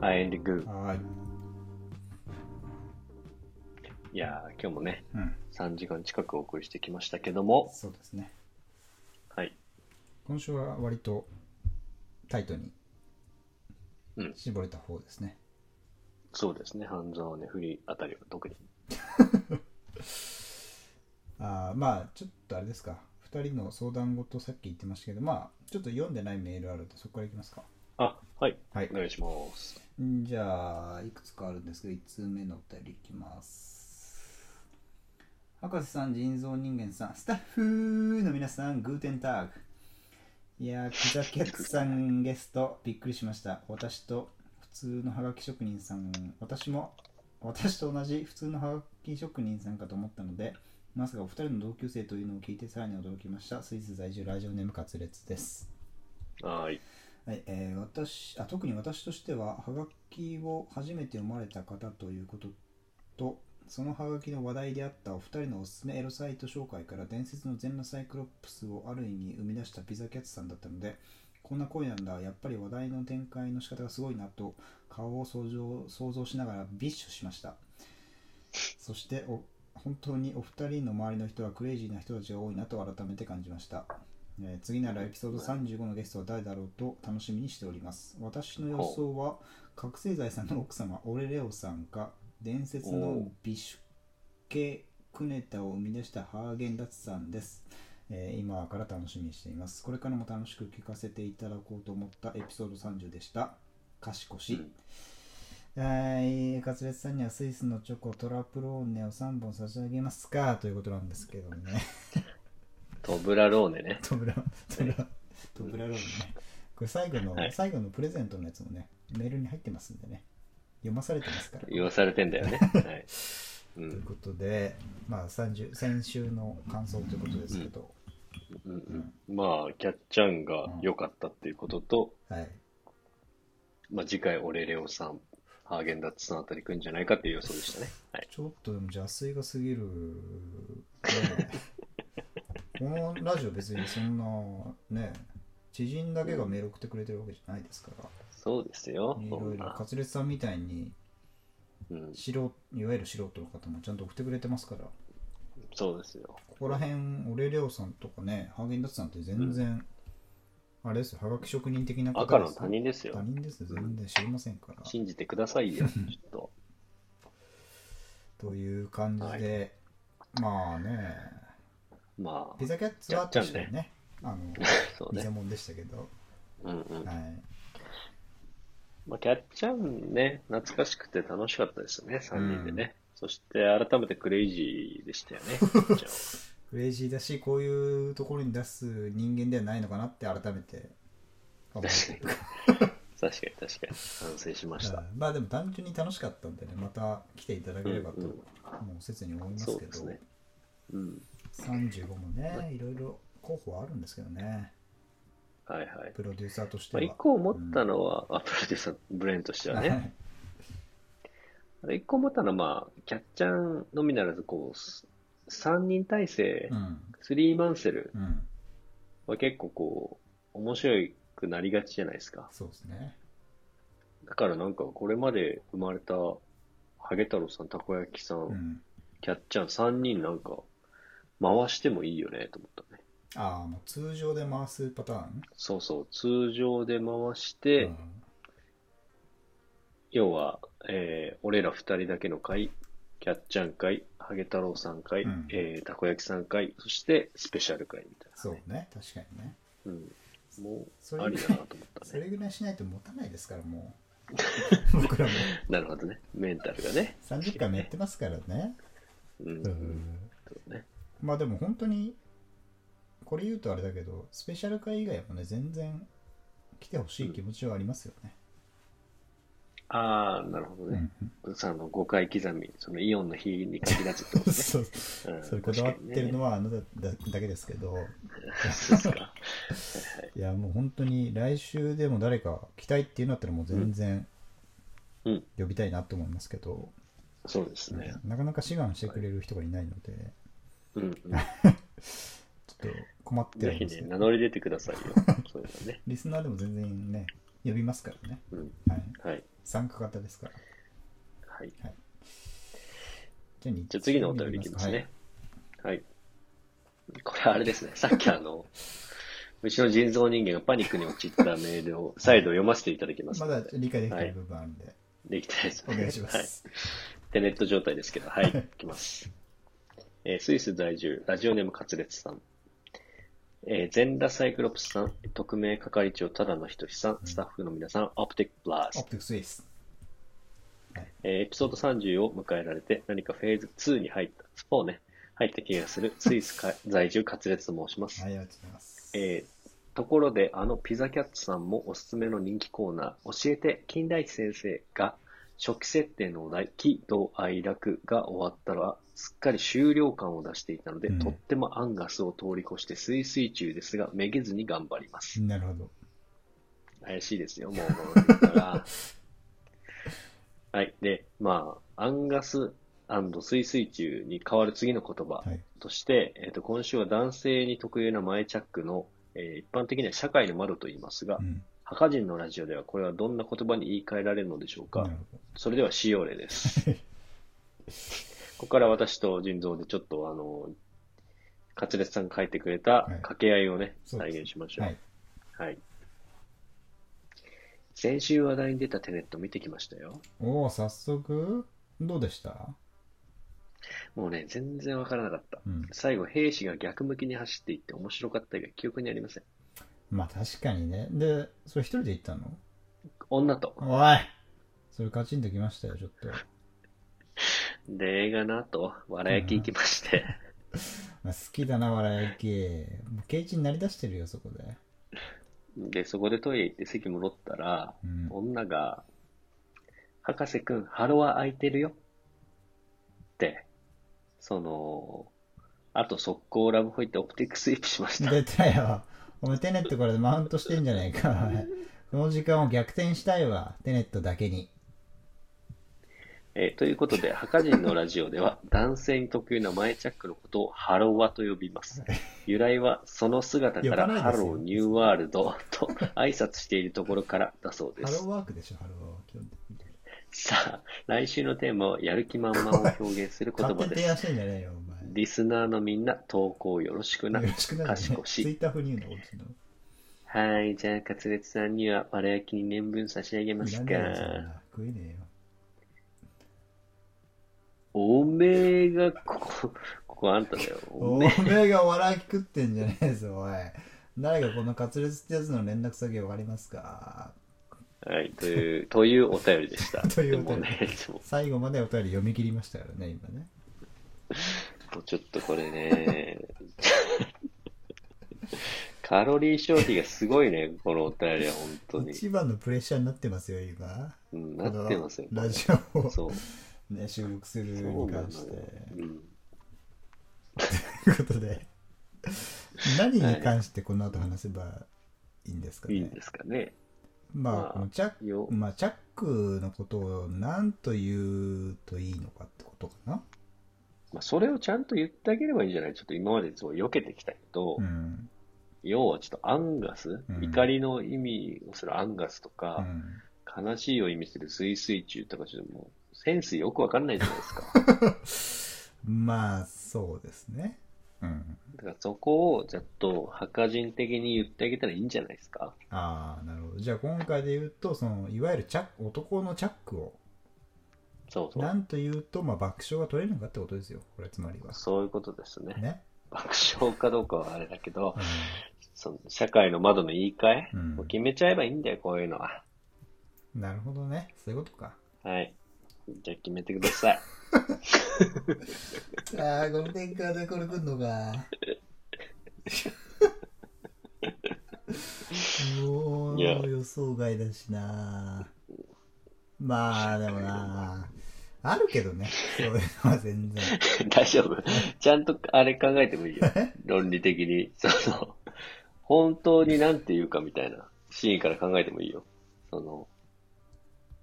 はい、エンディング。はい。いやー、今日もね、うん。 3時間近くお送りしてきましたけども、そうですね。はい。今週は割とタイトにうん絞れた方ですね。そうですね、半沢ね、振りあたりは特に。ああまあちょっとあれですか2人の相談事さっき言ってましたけどまあちょっと読んでないメールあるんでそこからいきますかあ、はい、はいお願いします。んじゃあいくつかあるんですけど1通目のお便りいきます博士さん人造人間さんスタッフの皆さんグーテンターグいやーキザキャッツさんゲストびっくりしました私と普通のハガキ職人さん私も私と同じ普通のハガキ職人さんかと思ったのでまさかお二人の同級生というのを聞いてさらに驚きましたスイス在住ラジオネームカツレツですはい。はいえー私あ特に私としてはハガキを初めて読まれた方ということとそのハガキの話題であったお二人のおすすめエロサイト紹介から伝説の全裸サイクロプスをある意味生み出したピザキャッツさんだったのでこんな声なんだやっぱり話題の展開の仕方がすごいなと顔を想像想像しながらビッシュしましたそしてお本当にお二人の周りの人はクレイジーな人たちが多いなと改めて感じましたえー次ならエピソード35のゲストは誰だろうと楽しみにしております私の予想は覚醒剤さんの奥様オレレオさんか伝説の美酒系クネタを生み出したハーゲンダッツさんです、えー今から楽しみにしていますこれからも楽しく聞かせていただこうと思ったエピソード30でした賢し、うんはい、カツレツさんにはスイスのチョコトラプローネを3本差し上げますかということなんですけどね。 トブラローネね。トブラ、トブラ、トブラローネね。これ最後の、はい最後のプレゼントのやつもね、メールに入ってますんでね。読まされてますから。言わされてんだよ ね。はい。う、というんことで、まあ30、先週の感想ということですけど、うん、うん。まあ、キャッチャンが良かったっていうことと、はい。まあ、次回、オレレオさん、ハーゲンダッツさんあたり来るんじゃないかっていう予想でしたね。はい。ちょっとでも邪推が過ぎる、 ね。このラジオ別にそんな、ね、知人だけがメール送ってくれてるわけじゃないですから。そうですよ。いそろんいろ、なカ。ツレツさんみたいに、うん、素人、いわゆる素人の方もちゃんと送ってくれてますから、そうですよ。ここら辺、オレレオさんとかね、ハーゲンダッツさんって全然、あれですよ、はがき職人的な方赤でのす他人です他よ。人ですよ、全然知りませんから。信じてくださいよ、ちょっと。という感じで、まあね、まあ ピ、ザキャッツは確かにね、あの、そう偽ね。物でしたけど、うんうん。はい。まあ、キャッチャンね、懐かしくて楽しかったですよね、3人でね。そして、改めてクレイジーでしたよ ね。キャッチャンクレイジーだし、こういうところに出す人間ではないのかなって改めて思って確かに。確かに、確かに。反省しました。うんまあでも単純に楽しかったんでねまた来ていただければと、うんうんもう切に思いまそすうけですど、ね。うん。 35もねいろいろ候補はあるんですけどねはいはい。プロデューサーとしてまあ、は、一個思ったのは、あ、プロデューサー、ブレーンとしてはね。あの一個思ったのは、まあ、キャッチャンのみならず、こう、3人体制 う、んスリーマンセルうんは結構こう、面白くなりがちじゃないですか。そうですねだからなんか、これまで生まれた、ハゲ太郎さん、たこ焼きさんう、んキャッチャー3人なんか、回してもいいよね、と思ったね。ああもう通常で回すパターン、そうそう、通常で回して、うん要は、えー俺ら2人だけの会、キャッチャー会、ハゲ太郎さん会、うんえーたこ焼きさん会、そしてスペシャル会みたいな。そうね確かにねうん。も、そうれありだなと思っそたね。れぐらいしないと持たないですからもう僕らもなるほどね。メンタルがね。 30回もやってますからねうん。うんそうねまあでも本当にこれ言うとあれだけどスペシャル会以外もね全然来てほしい気持ちはありますよね、ああ、なるほどね。その5回刻み、そのイオンの日に限らずってことね。そううんそれこだわってるのはあなただだけですけど確かにねそうですか。いやもう本当に来週でも誰か来たいっていうんだったらもう全然うん。呼びたいなと思いますけど、そうですね。なかなか志願してくれる人がいないので、うん、うん。ちょっと困ってぜるんひですね、け名ど、乗り出てくださいよ。そういうのね。リスナーでも全然ね呼びますからね。うん。はい。はい。参加型ですから。はい。じゃあ日じゃあ次のお便りいきますね。。はい。これあれですね。さっきあの、 うちの人造人間がパニックに陥ったメールを再度読ませていただきまはいす。まだ理解できてる部分あるんで、できてないですお願いしまはいす。テネット状態ですけど、はい、いきます。えースイス在住、ラジオネームカツレツさん。えー全裸サイクロプスさん、特命係長ただのひとしさん、スタッフの皆さん、オプティックブラオスプ。ティクスイス。えーエピソード30を迎えられて、何かフェーズ2に入った、スポーね、入った気がする、スイスか在住カツレツと申しますは。い、ありがとうございます。えーところで、あのピザキャッツさんもおすすめの人気コーナー、教えて、金田一先生が、初期設定のお題、喜怒哀楽が終わったら、すっかり終了感を出していたので、うんとってもアンガスを通り越して、スイスイ中ですが、めげずに頑張ります。なるほど。怪しいですよ、もう、もう言ったら はい。で、まあ、アンガススイスイ中に変わる次の言葉、はい。そして、えー、と今週は男性に特有な前チャックの、えー一般的には社会の窓と言いますが、うん。ハカ人のラジオではこれはどんな言葉に言い換えられるのでしょうなかる。ほど。それでは使用例です。ここから私と腎臓でちょっとあの、カツレツさんが書いてくれたはい掛け合いをね、そうです再現しましょう。はい。はい先週話題に出たテネット見てきましたよ。おお、早速、どうでしたもうね、全然わからなかった。うん。最後、兵士が逆向きに走っていって面白かったが記憶にありません。まあ確かにね。で、それ一人で行ったの女と。おいそれカチンときましたよ、ちょっと。で、映画の後、わら焼き行きまして、まあ、好きだな、笑い系。もうケイチになりだしてるよ、そこで。で、そこでトイレ行って席戻ったら、うん。女が、博士くん、ハロは空いてるよ。って、その、あと速攻ラブホイってオプティックスイープしました。出たよ。お前テネットからでマウントしてんじゃないか、お前この時間を逆転したいわ、テネットだけに。えーということで、ハカ人のラジオでは、男性に特有な前チャックのことをハロワと呼び ます。由来は、その姿か呼ばら、ないハですよローニューワールドと挨拶しているところからだそうでハすロー。ワークでしょ、ハローワーク。さあ、来週のテーマはやる気満々を表現する言勝手葉にで提案す。してんじゃねえよ、お前。リスナーのみんな投稿よろしくな。よろしくなるね。賢ツイしッター風に言うの、こっちの。はい、じゃあ、カツレツさんにはわら焼きに年分差し上げまいらすねえよ、そんか。な食えねえよ。おめえが、ここ、 ここあんただよ。おおめえめえが笑い食ってんじゃねえぞ、おい。誰がこのカツレツってやつの連絡先わかりますかはい、という、というお便りでした。 というお便りでもね、でも最後までお便り読み切りましたからね、今ね。もうちょっとこれね、 カロリー消費がすごいね、このお便りは本当に。一番のプレッシャーになってますよ、今。うん、なってますよこ。のラジオを、そう。ね、収録するそうになの関しよて。。うん。ということで、何に関してこの後話せばいいんですかね。いいんですかね。ままあ、あこのチャック、よ、まあ、チャックのことを何と言うといいのかってことかな。まあ、それをちゃんと言ってあげればいいんじゃないちょっと今までそう避けてきたけど、うん。要はちょっとアンガス、うん怒りの意味をするアンガスとうか、ん悲しいを意味する水水中とか、ちょっともう、センスよくわかんないじゃないですか。まあ、そうですね。うん。だからそこをちょっと、ハカ人的に言ってあげたらいいんじゃないですか。ああ、なるほど。じゃあ今回で言うと、その、いわゆるチャック、男のチャックを、そうそなう。んと言うと、まあ、爆笑が取れるのかってことですよ。これ、つまりは。そういうことですね。ね。爆笑かどうかはあれだけどう、んその社会の窓の言い換え、うんもう決めちゃえばいいんだよ、こういうのは。なるほどね。そういうことか。はい。じゃあ決めてください。ああ、この展開でこれ来んのか。もういや予想外だしな。まあ、でもな。あるけどね。そういうのは全然。 大丈夫。ちゃんとあれ考えてもいい よ。論理的に。その、本当になんて言うかみたいなシーンから考えてもいいよ。その、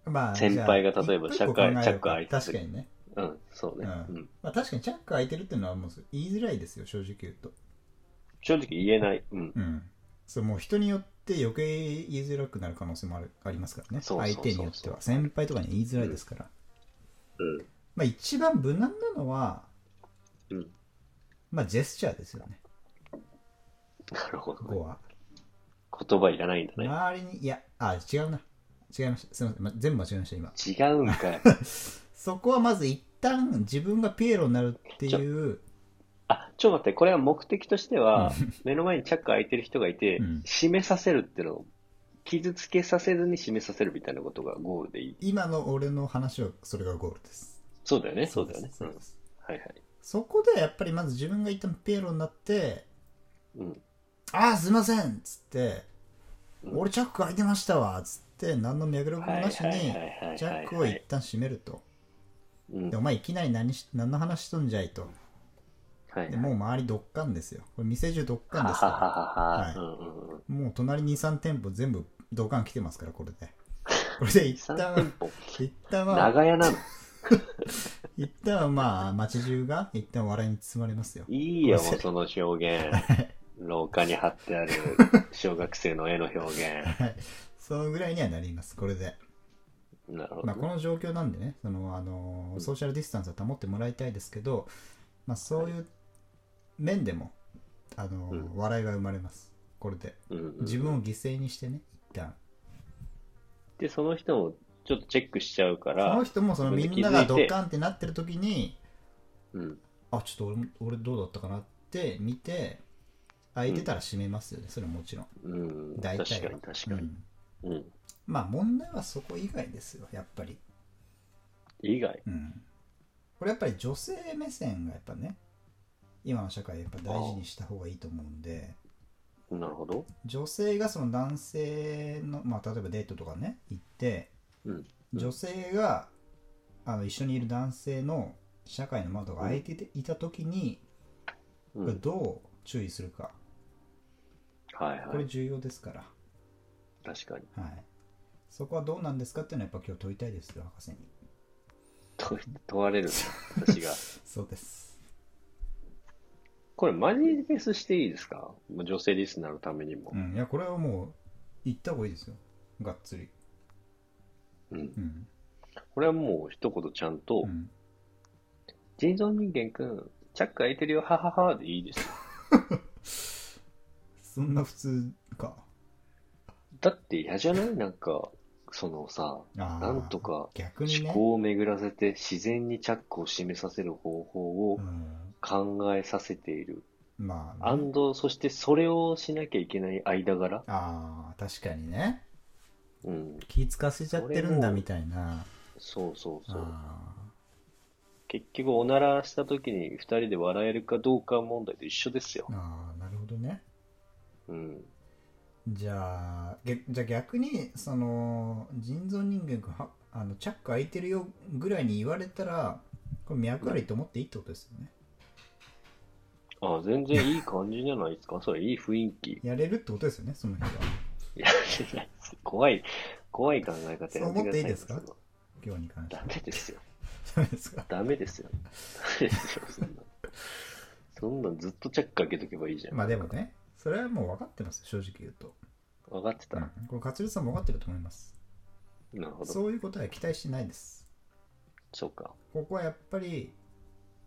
まあ、先輩がじゃあ例えば一個社会考えようかチャック開いてる確かにね。うん、そうね。ううんん。まあ、確かにチャック空いてるっていうのはもう言いづらいですよ、正直言うと。正直言えない。うん。うん。そう、もう人によっって余計言いづらくなる可能性もあるありますからねそうそうそうそう相手によっては先輩とかに言いづらいですから、うん。まあ一番無難なのは、うんまあジェスチャーですよねなるほこどねこ。は言葉いらないんだね。周りにいやあ違うな違いましたすいません、ま、全部間違えました今違うんかい。そこはまず一旦自分がピエロになるっていうあ、ちょっと待って、これは目的としては、目の前にチャック開いてる人がいてうん、締めさせるっていうのを、傷つけさせずに締めさせるみたいなことがゴールでいい。今の俺の話はそれがゴールですそうだよね、そうだよねで。すうんそうですはいはい。そこでやっぱりまず自分が一旦ピエロになってうん。 「ああすいません」っつって「うん俺チャック開いてましたわ」っつって何の脈絡もはいはいなしはいにはいはい。チャックを一旦閉めるとうんでお前いきなり何し何の話しとんじゃいとはいでもう周りどっかんですよこれ店中どっかんはですはかはははいうんうんうん。らもう隣23店舗全部ドカン来てますからこれで これで一3店旦舗。一旦は長屋なの。一旦はまあ街中が一旦笑いに包まれますよいいよ、ごめんなその表現。 廊下に貼ってある小学生の絵の表現。はいそのぐらいにはなりますこれでなるほどまあ、ね。この状況なんでねそのあのうんソーシャルディスタンスは保ってもらいたいですけど、まあ、そういう面でもあの、うん笑いが生まれますこれでうんうん自分を犠牲にしてね一旦で、その人もちょっとチェックしちゃうかそのら、人もそのみんながドカンってなってる時にうん。あちょっと俺も俺どうだったかなって見て空いてたら閉めますよね、それはもちろん、うん。大確か体はに確うかに。んうん。まあ問題はそこ以外ですよやっぱり、以外。うん、これやっぱり女性目線がやっぱね今の社会やっぱ大事にした方がいいと思うんでなるほど。女性がその男性の、まあ、例えばデートとかね行ってうん。女性があの一緒にいる男性の社会の窓が開いてていた時に、うんこれどう注意するかはいこはれい。重要ですから、確かに。はい、そこはどうなんですかっていうのはやっぱ今日問いたいですよ博士に問問われるな私 が。そうですこれマジレスしていいですかもう女性リスナーのためにもう。んいやこれはもう言った方がいいですよがっつりうん。うん、これはもう一言ちゃんとう、ん、人造人間くん、チャック開いてるよ、ははは、でいいですよ。そんな普通かだって嫌じゃないなんか、そのさ、あーなんとか逆にね思考を巡らせて自然にチャックを締めさせる方法をうん、考えさせている。まあアね、ンド、そしてそれをしなきゃいけない間柄。あー確かにねうん。気使わせちゃってるんそれだもみたいなそうそうそう。あ結局、おならした時に二人で笑えるかどうか問題と一緒ですよー。あーなるほどねうん。じゃあげじゃあ逆にその人造人間がはあのチャック開いてるよぐらいに言われたらこれ脈ありと思っていいってことですよねあ全然いい感じじゃないですか。それいい雰囲気。やれるってことですよねその日はいや、いや怖い、怖い考え方やめてそう思くださいよ。っていいですか今日に関してダはメですよ。ダメで すかダメですよ。ダメですよ、そんな。そんなんずっとチャック開けとけばいいじゃん。まあでもねそれはもう分かってます正直言うと、分かってうた。ん、これ勝ツさんも分かってると思いますなるほど。そういうことは期待してないですそうか。ここはやっぱり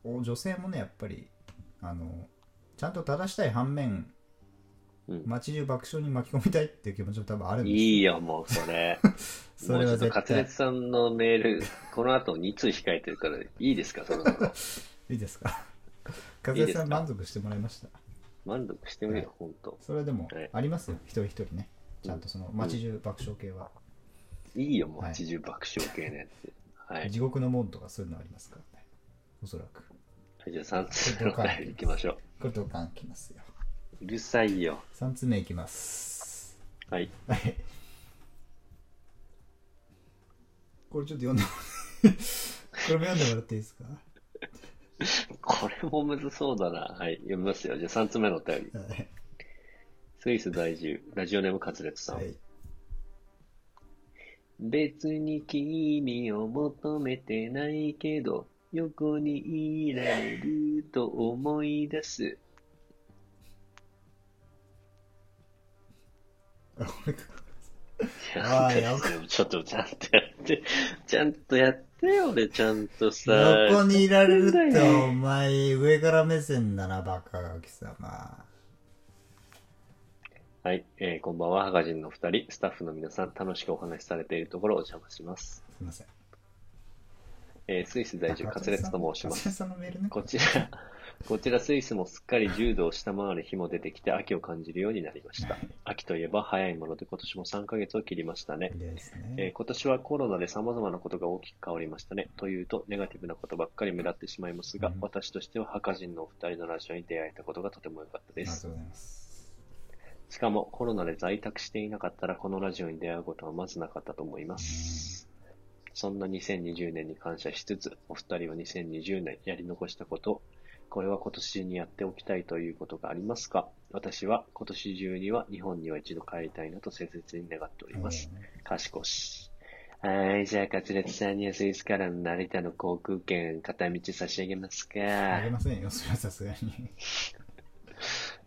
お女性もねやっぱりあのちゃんと正したい反面うん。街中爆笑に巻き込みたいっていう気持ちも多分あるんですいいよ、もうそれ。 それはもうちょっと、絶カ対ツレツさんのメール、この後2通控えてるから、いいですか、そろそろ。いいで すか和いい江ですさかん満足してもらいました満足してみるよ、ほんと。それでもはいありますよ一人一人ねちゃんとその街中爆笑系は、いいよ、もうはい80爆笑系のやつ。はい。地獄の門とかそういうのありますからねおそらくじゃあ3通のお便り行きましょこれドカンきますよう。うるさいよ。 3つ目いきますはい。はいこれちょっと読んでもこれも読んでもらっていいですかこれもむずそうだな。はい。読みますよ。じゃあ3つ目のお便り。はいスイス在住、ラジオネームカツレツさん。はい別に君を求めてないけど、横にいられると思い出す。俺かいやあー本当にちょっとちゃんとやって、ちゃんとやってよ、俺ちゃんとさ。横にいられるってよお前上から目線だなバカが貴様はい、えーこんばんは、ハガジンのお二人、スタッフの皆さん、楽しくお話しされているところをお邪魔します。すいませんえースイス在住、カツレツと申しまカツす。レツさんのメールねこちら、こちらスイスもすっかり10度を下回る日も出てきて、秋を感じるようになりました。秋といえば早いもので、今年も3ヶ月を切りましたね。ですえーね今年はコロナで様々なことが大きく変わりましたね。というと、ネガティブなことばっかり目立ってしまいますが、うん私としては、ハカジンのお二人のラジオに出会えたことがとても良かったあでりがすと。うございますしかもコロナで在宅していなかったらこのラジオに出会うことはまずなかったと思います。そんな2020年に感謝しつつ、お二人は2020年やり残したこと、これは今年中にやっておきたいということがありますか私は今年中には日本には一度帰りたいなと切実に願っております。かしこし。はい、じゃあ、カツレツさんにはスイスからの成田の航空券片道差し上げますか。あげませんよそれはさすがに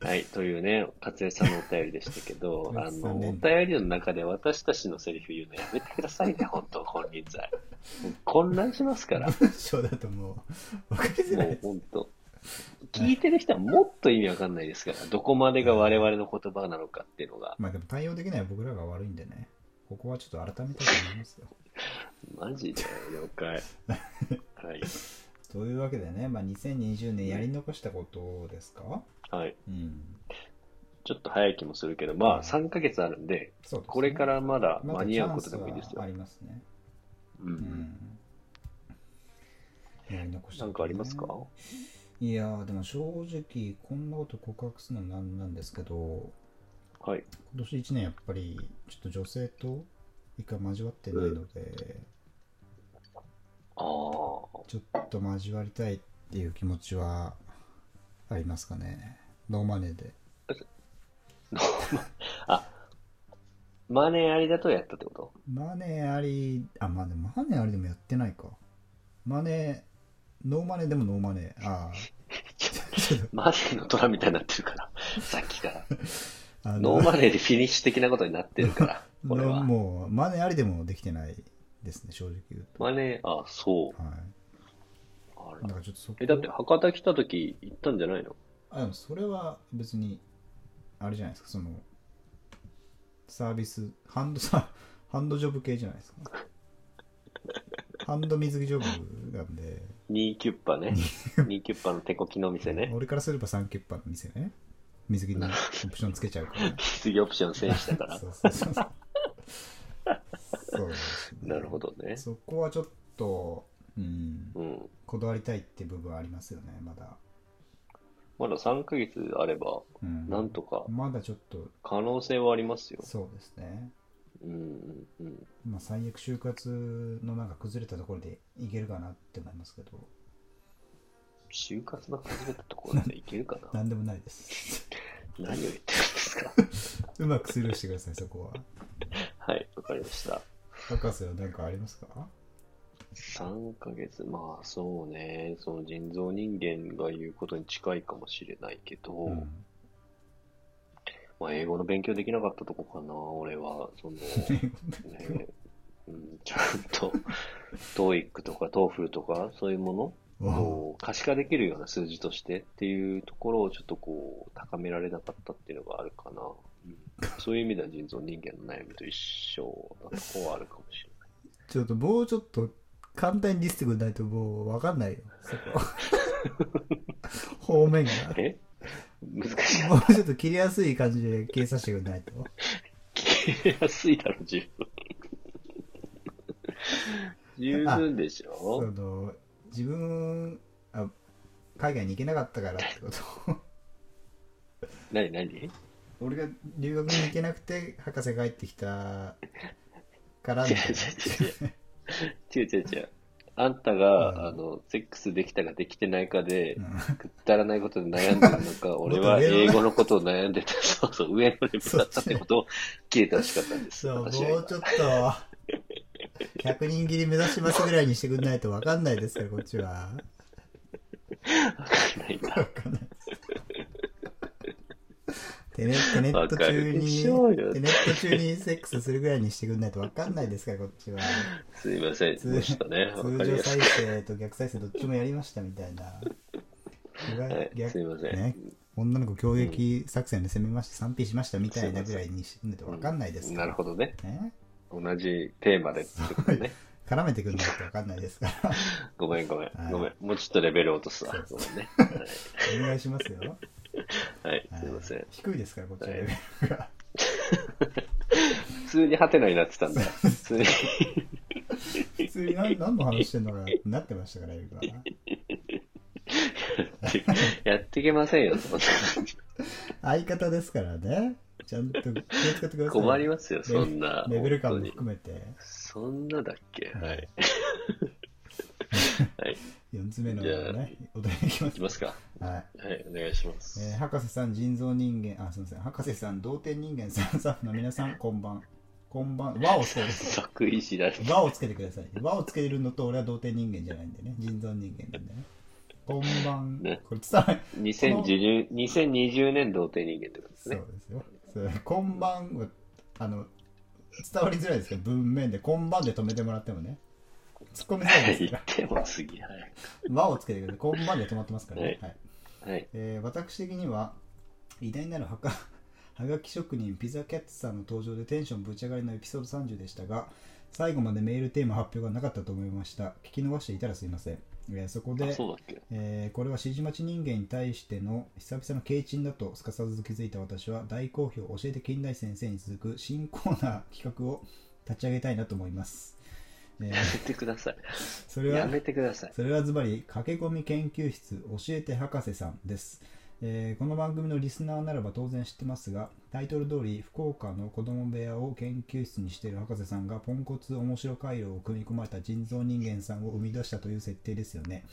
はい、というね、勝江さんのお便りでしたけど、あ勝江さの、んねお便りの中で私たちのセリフ言うのやめてくださいね、本当、金輪際。もう混乱しますから、も文章だともう分かりづらいう本当。聞いてる人はもっと意味わかんないですから、どこまでが我々の言葉なのかっていうのが、まあでも対応できない僕らが悪いんでねここはちょっと改めたいと思いますよマジで了解。はい。というわけでね、まあ、2020年やり残したことですかはい。うん。ちょっと早い気もするけど、まあ、3ヶ月あるんで、そうですねこれからまだまだ間に合うことでもいいですチャンスはよあ。りますね。う。うんん。やり残したなんこかとあねりますかいやー、でも正直、こんなこと告白するのなんなんですけど、はい。今年1年やっぱり、ちょっと女性と一回交わってないので、ああ。ちょっと交わりたいっていう気持ちはありますかね。ノーマネーで。マネーありだとやったってことマネーあり、あ、まあでもマネーありでもやってないか。マネー、ノーマネーでもノーマネー。あ マネーの虎みたいになってるから、さっきから。あ、あのノーマネーでフィニッシュ的なことになってる から、俺ノーは。もう、マネーありでもできてないですね、正直言うと。マネー、あ、そう。はい。あらだからちょっとそこえ、だって博多来た時行ったんじゃないのあ、でもそれは別に、あれじゃないですか、その、サービス、ハンド サ、ハンドジョブ系じゃないですか。ハンド水着ジョブなんで、ニーキュッパ ね。ニーキュッパの手こきの店ね。俺からすればサンキュッパの店ね。水着にオプションつけちゃ うから、ね。水着オプション選手だから そ。うそうそうそう。そうですねなるほどね。そこはちょっと、うん、うん。こだわりたいって部分はありますよね、まだ。まだ3ヶ月あれば、うん、なんとかまだちょっと、可能性はありますよ。そうですね。うん、うん、うん。まあ、最悪就活のなんか崩れたところでいけるかなって思いますけど、就活の始めたところでいけるかななんでもないです。 何を言ってるんですかうまくスルーしてください、そこは。はい、わかりました。博士は何かありますか3ヶ月、まあそうね、その人造人間が言うことに近いかもしれないけど、うんまあ英語の勉強できなかったとこかな、俺は、その、英語ね、 うん、ちゃんと、TOEIC とか TOEFL とか、そういうものの おを可視化できるような数字としてっていうところをちょっとこう、高められなかったっていうのがあるかな。うん、そういう意味では人造人間の悩みと一緒なとこはあるかもしれない。ちょっともうちょっと簡単にリストくんないともう分かんないよ、そ こ。方面が。え難しい。もうちょっと切りやすい感じで計算してくれないと。切れやすいだろ、十分。十分でしそょの自分あ、海外に行けなかったからってこと。何何俺が留学に行けなくて、博士帰ってきたからみたい違う違う違う。あんたが、うんあの、セックスできたかできてないかで、な。うんくだらないことで悩んでるの か、俺はもっと上の英語のことを悩んで た、そうそう、上のレベルだったってことを消えてほしかったんです。そう、もう私ちはょっと、100人切り目指しますぐらいにしてくれないと分かんないですから、こっちは。今わかんないんだ。わかんないです。テネテネット中わかるでに、しょうよテネット中にセックスするぐらいにしてくんないと分かんないですから、こっちは。すいません。通でしたね。わ通かり常やす再い。生と逆再生どっちもやりましたみたいな。はい逆すいませんね、女の子攻撃作戦で攻めまして賛否しましたみたいなぐらいにしてくんないと分かんないですかなら。るほどね。ね、同じテーマでってことね。絡めてくんないと分かんないですから。 ごめんごめんはい。ごめん。もうちょっとレベル落とすわ。ごそめんね。お願いしますよ。はい。はすいません。低いですから、こっちのレベルが。普通にハテナになってたんだよ。普通に。普通に何何の話してんのかなってなってましたから、エビクは。やっていけませんよ、そんな感じ相方ですからね。ちゃんと気を使ってください。困りますよ、そんな。レベル感本も当に。含めて。そんなだっけははいい。はい。 4つ目のね、お題いきまいきますか。す。はい。はい、お願いしまえーす。博士さん、人造人間、あ、すみません。博士さん、同点人間さん、スタッフの皆さん、こんばん。こんばん。 和をつけてくださ作為次第。い。和をつけてください。和をつけるのと、俺は同点人間じゃないんでね。人造人間なんでね。こんばん。ねこれ伝わない。 2020 2020年童貞人間ってことですそねう。ですよ。そうこんばんは、あの、伝わりづらいですけど、文面で、こんばんで止めてもらってもね。突っ込みづらいはですい、から。でも次、はい。和をつけてください。こんばんで止まってますからね。はいはい。えー私的には偉大なるはかはがき職人ピザキャッツさんの登場でテンションぶち上がりのエピソード30でしたが最後までメールテーマ発表がなかったと思いました聞き逃していたらすいません、えーそこあでそうだっけえーこれは指示待ち人間に対しての久々の軽鎮だとすかさず気づいた私は大好評教えて近代先生に続く新コーナー企画を立ち上げたいなと思います、 えーやめてください。それはやめてください。それはズバリ駆け込み研究室教えて博士さんです、えーこの番組のリスナーならば当然知ってますがタイトル通り福岡の子供部屋を研究室にしている博士さんがポンコツ面白回路を組み込まれた人造人間さんを生み出したという設定ですよね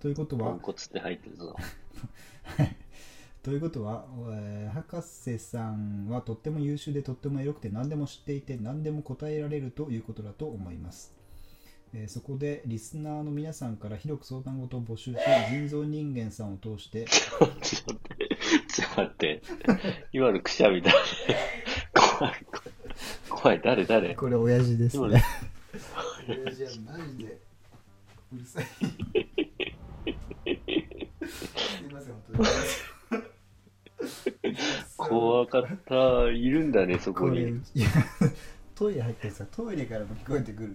ということポはンコツって入ってるぞ。 ということは、えー博士さんはとっても優秀でとってもエロくて何でも知っていて何でも答えられるということだと思います、えーそこでリスナーの皆さんから広く相談事を募集し人造人間さんを通してちょっと待って。ちょっと待って。今のくしゃみだ。 怖い、怖い。怖い、誰、誰これ親父ですね親父はマジでうるさいすいません本当に怖かった。いるんだね、そここれに。いや トイレ入ってさトイレからも聞こえてくる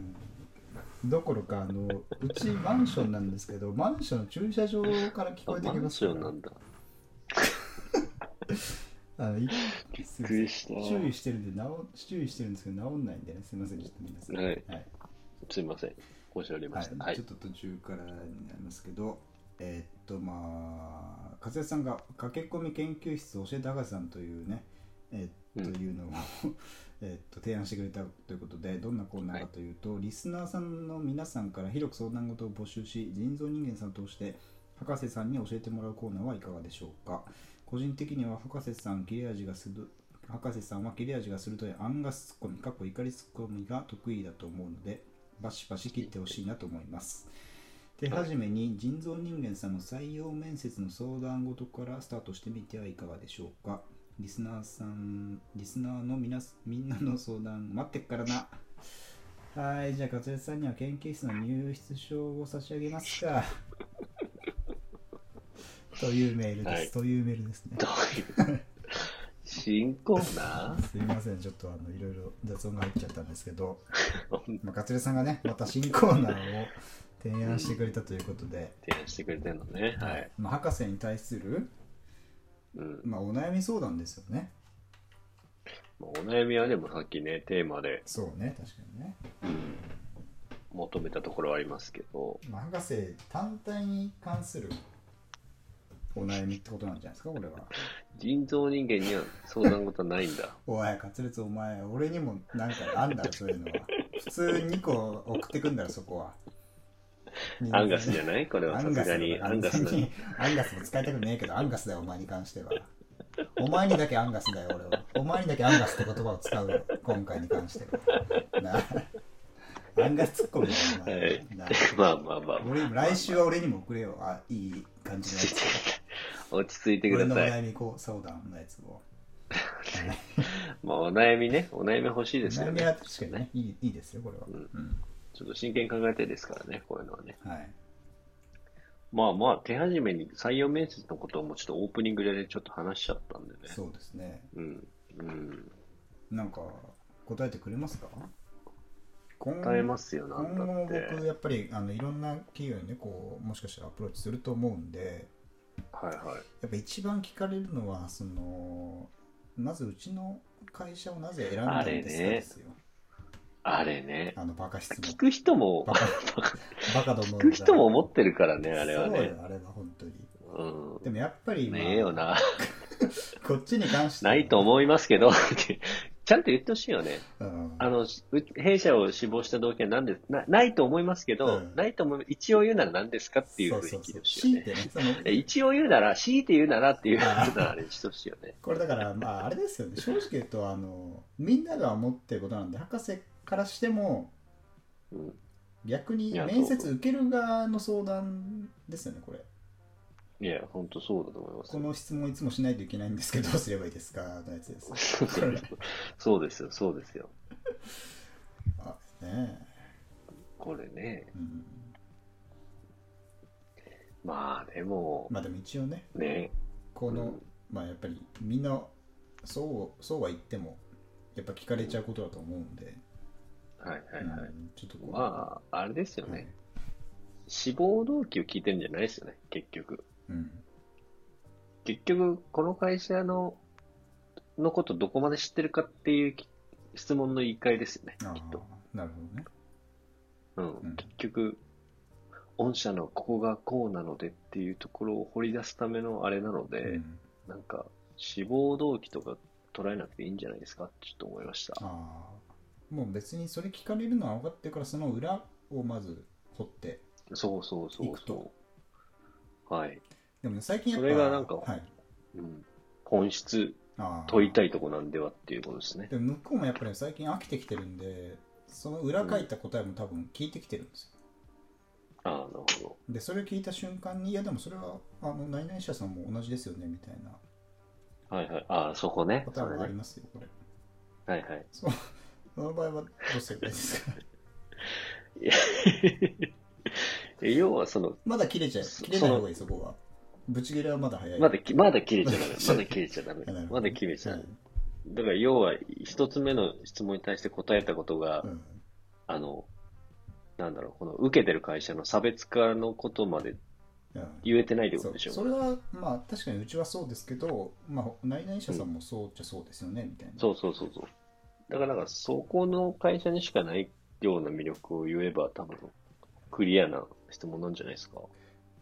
どころかあのうちマンションなんですけどマンションの駐車場から聞あ、こえてマきまンすシかョらンなんだ。あのいびっくりした。注意してるんで直注意してるんですけど治んないんでねすいませんちょっと皆さんはいはいすいません。申し訳ありまはせん。いはいちょ。っと途中からになりますけどえーっとまあ和也さんが駆け込み研究室を教えて博士さんというねえーっうんというのを、 えーっと提案してくれたということでどんなコーナーかというと、リスナーさんの皆さんから広く相談事を募集し人造人間さんを通して博士さんに教えてもらうコーナーはいかがでしょうか個人的には博士さん切れ味がする博士さんは切れ味が鋭いアンガスツッコミかっこ怒りツッコミが得意だと思うのでバシバシ切ってほしいなと思います手始めに人造人間さんの採用面接の相談事からスタートしてみてはいかがでしょうかリスナーさんリスナーのみなみんなの相談待ってっか らなはいじゃあ勝也さんには研究室の入室証を差し上げます かというメールです、はいというメールですねどう いう。新コーナすいません、ちょっとあのいろいろ雑音が入っちゃったんですけど、ーまあ、勝さんがね、また新コーナーを提案してくれたということで、提案してくれてるのね。はい。まあ、博士に対する、うん。まあ、お悩み相談ですよね。まあお悩みはでもさっきね、テーマでそうね、確かにね。求めたところはありますけど、まあ、博士単体に関するお悩みってことなんじゃないですか、これは。人造人間には相談事はないんだ。おい、勝烈、お前、俺にもなんかあんだろ、そういうのは。普通2個送ってくんだろ、そこは。アンガスじゃないこれはアさンガすスだがかに。らアンガス別だにアンガスも使いたくねえけど、アンガスだよ、お前に関しては。お前にだけアンガスだよ、俺は。お前にだけアンガスって言葉を使うよ、今回に関しては。なあアンガスツッコミだよ、お前。はいなあ まあまあまあ、俺にも来週は俺にも送れよ、あいい感じのやつ。落ち着いてく俺だのおさい。悩みこう相談のやつを。まあ、お悩みね、お悩み欲しいですよ悩みねは。確かにね、いいいいですよ、これは。うんうんちょっと真剣に考えてですからね、こういうのはね。はい。まあまあ、手始めに採用面接のことをもうちょっとオープニングでちょっと話しちゃったんでね。そうですね。うん。うん。なんか、答えてくれますか今答えますよ、な今ん後だもって。僕、やっぱりあのいろんな企業にね、こう、もしかしたらアプローチすると思うんで、はいはい。やっぱ一番聞かれるのは、その、まずうちの会社をなぜ選んだあんですかれねですよ。あれね。あの、バカ質問聞。く人も、バカバカども聞く人も思っってるからね、あれはそうねよ。あれは本当に。うん。でもやっぱり、まあねえよな。 こっちに関してはないと思いますけど、 ってちゃんと言ってほしいよね。うんあの、う弊社を死亡した動機は何でな、ないと思いますけど、うんないと思い、一応言うなら何ですかっていうふうにそう聞いそてうほそうしいよ強いね。てねそのえ一応言うなら、強いて言うならっていうあー言うならあれにしてほしいよね。これだから、まあ、あれで すよね、正直言うと、あのみんなが思ってることなんで、博士からしても、うん。逆にいや面接受ける側の相談ですよね、これ。いや、本当そうだと思いますこよ。の質問いつもしないといけないんで すけど、どうすればいいですか、のやつです。そうですよ、そうですよ。あねこれねえ。うん、まあ、でも、まあでも一応ね、ね。この、うんまあやっぱりみんな、そうそうは言っても、やっぱ聞かれちゃうことだと思うんで、はいはいはい。うんちょっとこう、まあ、あれですよはいね。死亡動機を聞いてるんじゃないですよね、結局。うん、結局、この会社の、のことどこまで知ってるかっていうき質問の言い換えですよね、あきっと。あ、なるほどね。うん。うん結局、御社のここがこうなのでっていうところを掘り出すためのあれなので、うんなんか、死亡動機とか捉えなくていいんじゃないですかってちょっと思いました。ああもう別にそれ聞かれるのは分かってるからその裏をまず掘ってそうそうそいうくとそう。はい。でもね最近やっそぱれがなんかはい、うん。本質、ああ問いたいとこなんではっていうことですね。でも向こうもやっぱり最近飽きてきてるんでその裏書いた答えも多分聞いてきてるんですよああ、なるほど。でそれ聞いた瞬間にいやでもそれはあの何々社さんも同じですよねみたいなはいはい。ああ、そこねパ。タそーンれがありね。ますよこれはいはい。そうその場合はどうすればい いですかえ要はその、まだ切れちゃい切れない方がいいそこはブチ切れはまだ早いまだき、まだ切れちゃ ダメ。まだまだ切切れちゃダメあなる。ほまどだ切れちゃはダいメ。だから要は、一つ目の質問に対して答えたことが、うんあの、なんだろう、この受けてる会社の差別化のことまでうん言えてないってこそとうでしょ。それはまあ確かにうちはそうですけど、まあ、何々社さんもそうっちゃそうですよね、みたいなそうそうそうそう。だからなんか、そこの会社にしかないような魅力を言えば、多分、クリアな質問なんじゃないですか。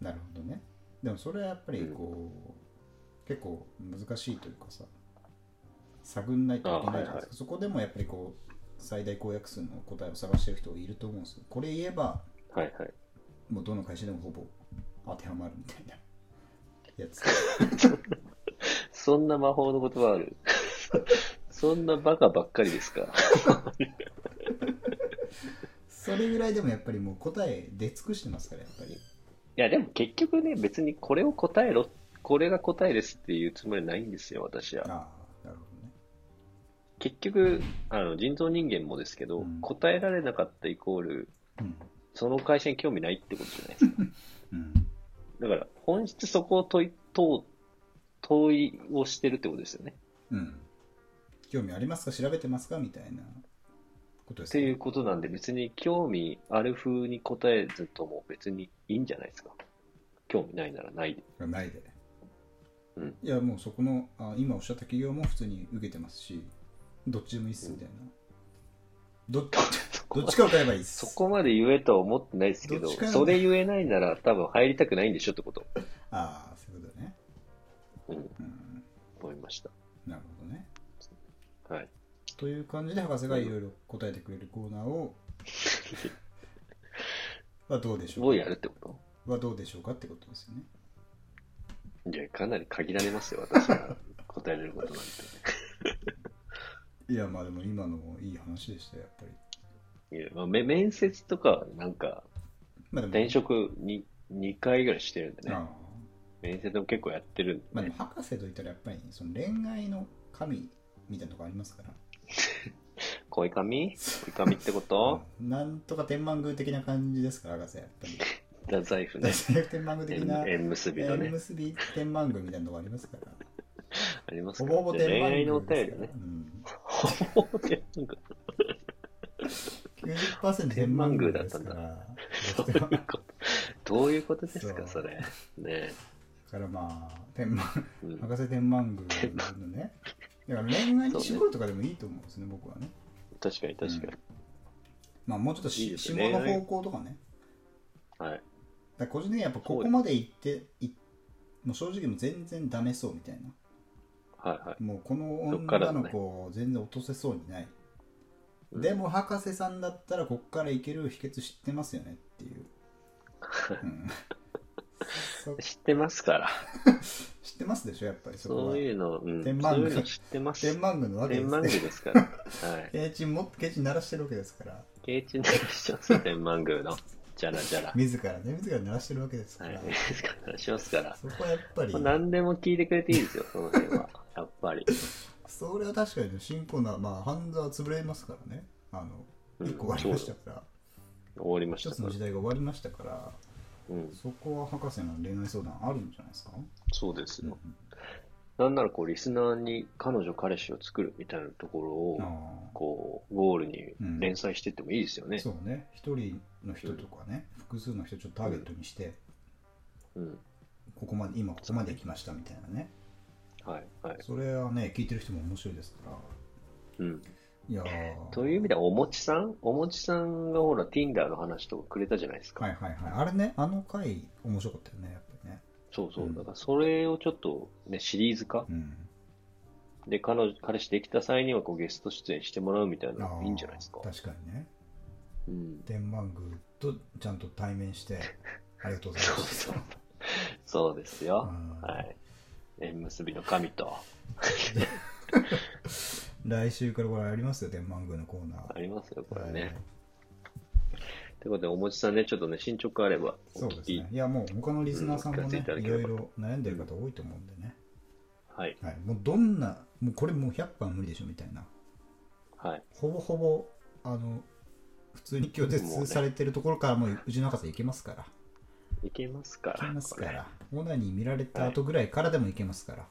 なるほどねでもそれはやっぱりこう、結構難しいというかさ探んないといけないじゃないですか、あはいはそこでもやっぱりこう最大公約数の答えを探してる人いると思うんですよこれ言えばはいはい。もうどの会社でもほぼ当てはまるみたいな やつそんな魔法の言葉ある そんなバカばっかりですかそれぐらいでもやっぱりもう答え出尽くしてますからやっぱりいや、でも結局ね、別にこれを答えろ、これが答えですっていうつもりはないんですよ、私は。ああなるほどね結局、あの、人造人間もですけど、うん答えられなかったイコール、うんその会社に興味ないってことじゃないですか。うんだから、本質そこを問い、問う、問いをしてるってことですよね。うん、興味ありますか調べてますかみたいなことでっすてねいうことなんで、別に興味ある風に答えずとも別にいいんじゃないですか。興味ないならないで。ないで、うんいやもうそこのあ今おっしゃった企業も普通に受けてますしどっちでもいいっすみたいな、どっそこどはっちかを買えばいいっすそこまで言えとは思ってないですけど、どっちかなそれ言えないなら多分入りたくないんでしょってこと、ああそういうことねうん、うん思いました。なるほどねはい。という感じで博士がいろいろ答えてくれるコーナ ーをはどうでしょもううかやるってこはどうでしょうかってことですよねといや、かなり限られますよ、私が答えれることなんいやまあでも今のもいい話でしたよやっぱりて。いや、まあ、め面接とかはなんか、まあでも転職に2回ぐらいしてるんでね、ああ面接も結構やってるんまあでねでも。博士といったらやっぱりその恋愛の神みたいなとこありますから。恋髪恋髪ってことうんなんとか天満宮的な感じですから、博士、やっぱり。太宰府ね大。体 天満宮的な縁縁結びだ縁ね。結び天満宮みたいなとこありますから。ありますほかぼほぼじゃあ天恋満愛のお宮便でりすからね。。 うんほぼほぼ天満宮。 90%天満宮ですから。どういうことどういうことですか、そそうれ。ねえ。だからまあ、天満、うん博士天満宮のね。だから恋愛に絞るとかでもいいと思うんですね、僕はね。確かに確かに。まあもうちょっといいしです下ねの方向とかね。はい。だから個人的にやっぱここまで行って、いもう正直もう全然ダメそうみたいな。はいはい。もうこのそっからだ女ねの子を全然落とせそうにない。うんでも博士さんだったらこっからいける秘訣知ってますよねっていう。 うん、そ 知ってますから。知ってますでしょやっぱりそこそはう。いうの、うん。そう天満い宮うの知ってます。天満宮のわけで天す満ね。宮ですから。はい。ケイチンもケイチン鳴らしてるわけですから。ケチンのしますよ、天満宮の。じゃらじゃら。自らね自ら鳴らしてるわけですかはら。い。ですから、しますから。そこはやっぱりまあ、何でも聞いてくれていいですよ、その辺は。やっぱり。それは確かに新コーナーまあ半沢潰れますからね。あのうん一個終わりましたから、終わりまし一たつの時代が終わりましたから、うん。そこは博士の恋愛相談あるんじゃないですか。そうですよ。うんなんならこう、リスナーに彼女、彼氏を作るみたいなところを、ああこう、ゴールにうん連載していってもいいですよね。そうね一人の人とかね、複数の人ちょっとターゲットにして、うん。ここまで今ここまで来ましたみたいなねはい、はい。それはね聞いてる人も面白いですからうん。いやーという意味では、おもちさんおもちさんがほら、Tinder の話とかくれたじゃないですか。はいはいはいあれねあの回面白かったよねやっぱりねそうそうう。んだから、それをちょっと、ね、シリーズ化う。んで、彼女、彼氏できた際には、こう、ゲスト出演してもらうみたいなあのーいいんじゃないですか。確かにねうん。天満宮とちゃんと対面して ありがとうございそうまそすう。そうですよ。うんはい。縁結びの神と、来週からこれありますよ天満宮のコーナーありますよ、これはいね。ということで、おもちさんね、ちょっとね、進捗あれば、おそう聞ですき、ね。いや、もう他のリスナーさんもうんお聞かせねいただ、けいれろばいろ悩んでる方多いと思うんでね。はい、はい。もうどんな、もうこれもう100番無理でしょみたいな。はい。ほぼほぼ、あの、普通に拒もうね絶されてるところからもううちの博士いけますから。いけますかいけら、ますかこれら。オナに見られた後ぐらいからでもいけますから。はい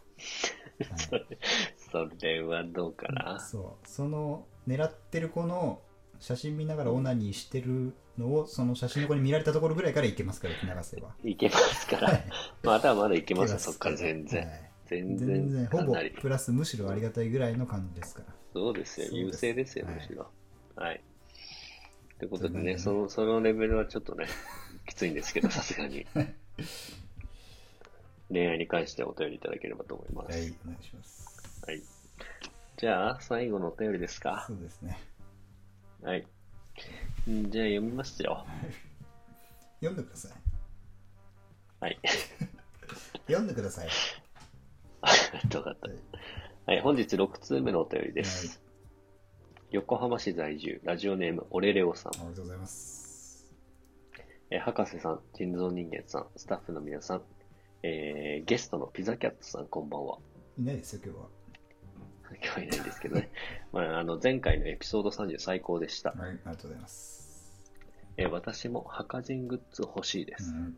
それはどうかな。そう。その、狙ってる子の写真見ながらオナニーしてるのを、その写真の子に見られたところぐらいからいけますから、うちの博士は。いけますから、はい。まだまだいけますよ、いけますそっから全然。はい全然、全然ほかぼなり。プラスむしろありがたいぐらいの感じですからそうですよ、そうです優勢ですよ、はいむしろ。はい。ということでというね、ことでねその、そのレベルはちょっとね、 きついんですけど、さすがに。恋愛に関してお便りいただければと思います。はいお願いしますはい。じゃあ、最後のお便りですか。そうですねはい。んじゃあ、読みますよ。読んでくださいはい。 読んでくださいよかった。はい、本日6通目のお便りです。横浜市在住、ラジオネーム、オレレオさんお。めでとうございますえー博士さん、人造人間さん、スタッフの皆さん、えーゲストのピザキャットさん、こんばんは。いないですよ今今日はいないんですけど ね。まあ、あの、前回のエピソード30最高でした日。ははいありがとうございますえー私もハカジングッズ欲しいでうす、ん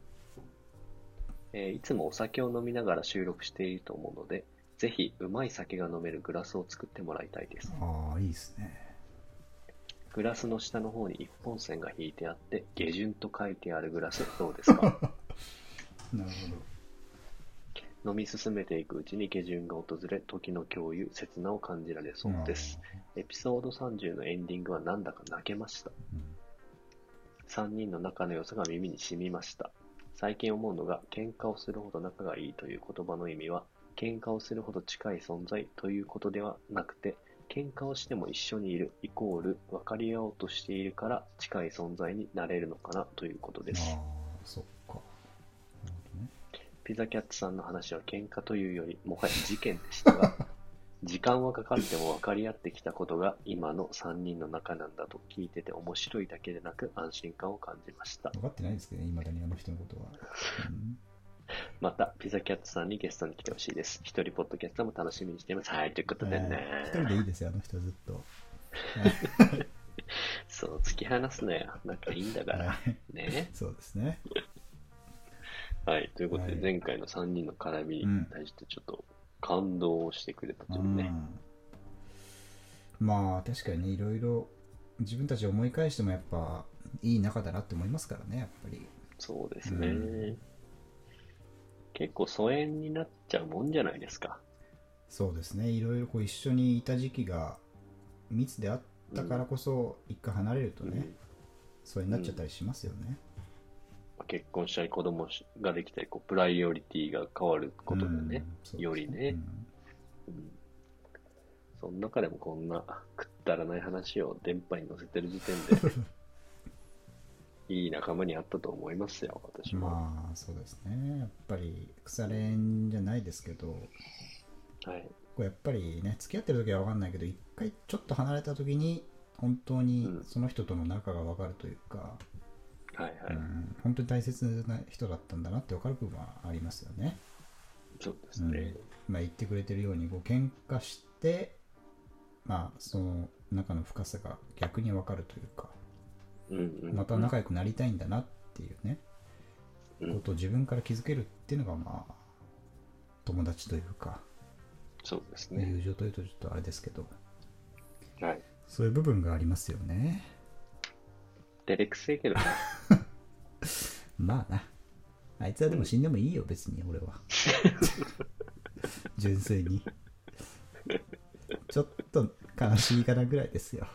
えーいつもお酒を飲みながら収録していると思うので、ぜひ、うまい酒が飲めるグラスを作ってもらいたいです。ああいいですねグラスの下の方に一本線が引いてあって、下旬と書いてあるグラス、どうです かなる飲み進めていくうちに下旬が訪れ、時の共有、刹那を感じられそほどうです。エピソード30のエンディングはなんだか泣けました。うん3人の仲の良さが耳に染みました。最近思うのが、喧嘩をするほど仲がいいという言葉の意味は、喧嘩をするほど近い存在ということではなくて、喧嘩をしても一緒にいるイコール分かり合おうとしているから近い存在になれるのかなということであす。あそっかなるほどねピザキャッツさんの話は喧嘩というよりもはや事件でしたが、時間はかかっても分かり合ってきたことが今の3人の仲なんだと聞いてて面白いだけでなく安心感を感じました。分かってないですけどねいまだにあの人のことは、うんまた、ピザキャットさんにゲストに来てほしいです。一人ポッドキャストも楽しみにしています。はい、ということでね。はい一人でいいですよ、あの人ずっと。そう、突き放すなよ。仲いいんだから。はいね。そうですね。はい、ということで、はい前回の3人の絡みに対してちょっと感動してくれたといううね。ん、まあ確かにねいろいろ自分たちを思い返してもやっぱいい仲だなって思いますからねやっぱりそうですね。うん結構疎遠になっちゃうもんじゃないですか。そうですねいろいろこう一緒にいた時期が密であったからこそ一回離れるとうね、んそれになっちゃったりしますよね、結婚したり子供ができたり、こうプライオリティが変わることでね、うんそうですよりね、うんその中でもこんなくったらない話を電波に乗せてる時点 で、いい仲間に会ったと思いますよ、私うんも。まあそうですねやっぱり腐れ縁じゃないですけどはい。こうやっぱりね付き合ってる時は分かんないけど一回ちょっと離れた時に本当にうんその人との仲が分かるというか、はいはい。うん本当に大切な人だったんだなって分かる部分はありますよね。そうですね。まあ、言ってくれてるようにこう喧嘩して、まあ、その仲の深さが逆に分かるというかうん、うん、また仲良くなりたいんだなっていうね、うんことを自分から気づけるっていうのがまあ友達というか、そうですね。友情というとちょっとあれですけどはい。そういう部分がありますよね。照れくせえけどね。 まあな。あいつはでも死んでもいいよ、別に俺は。純粋に。ちょっと悲しいかなぐらいですよ。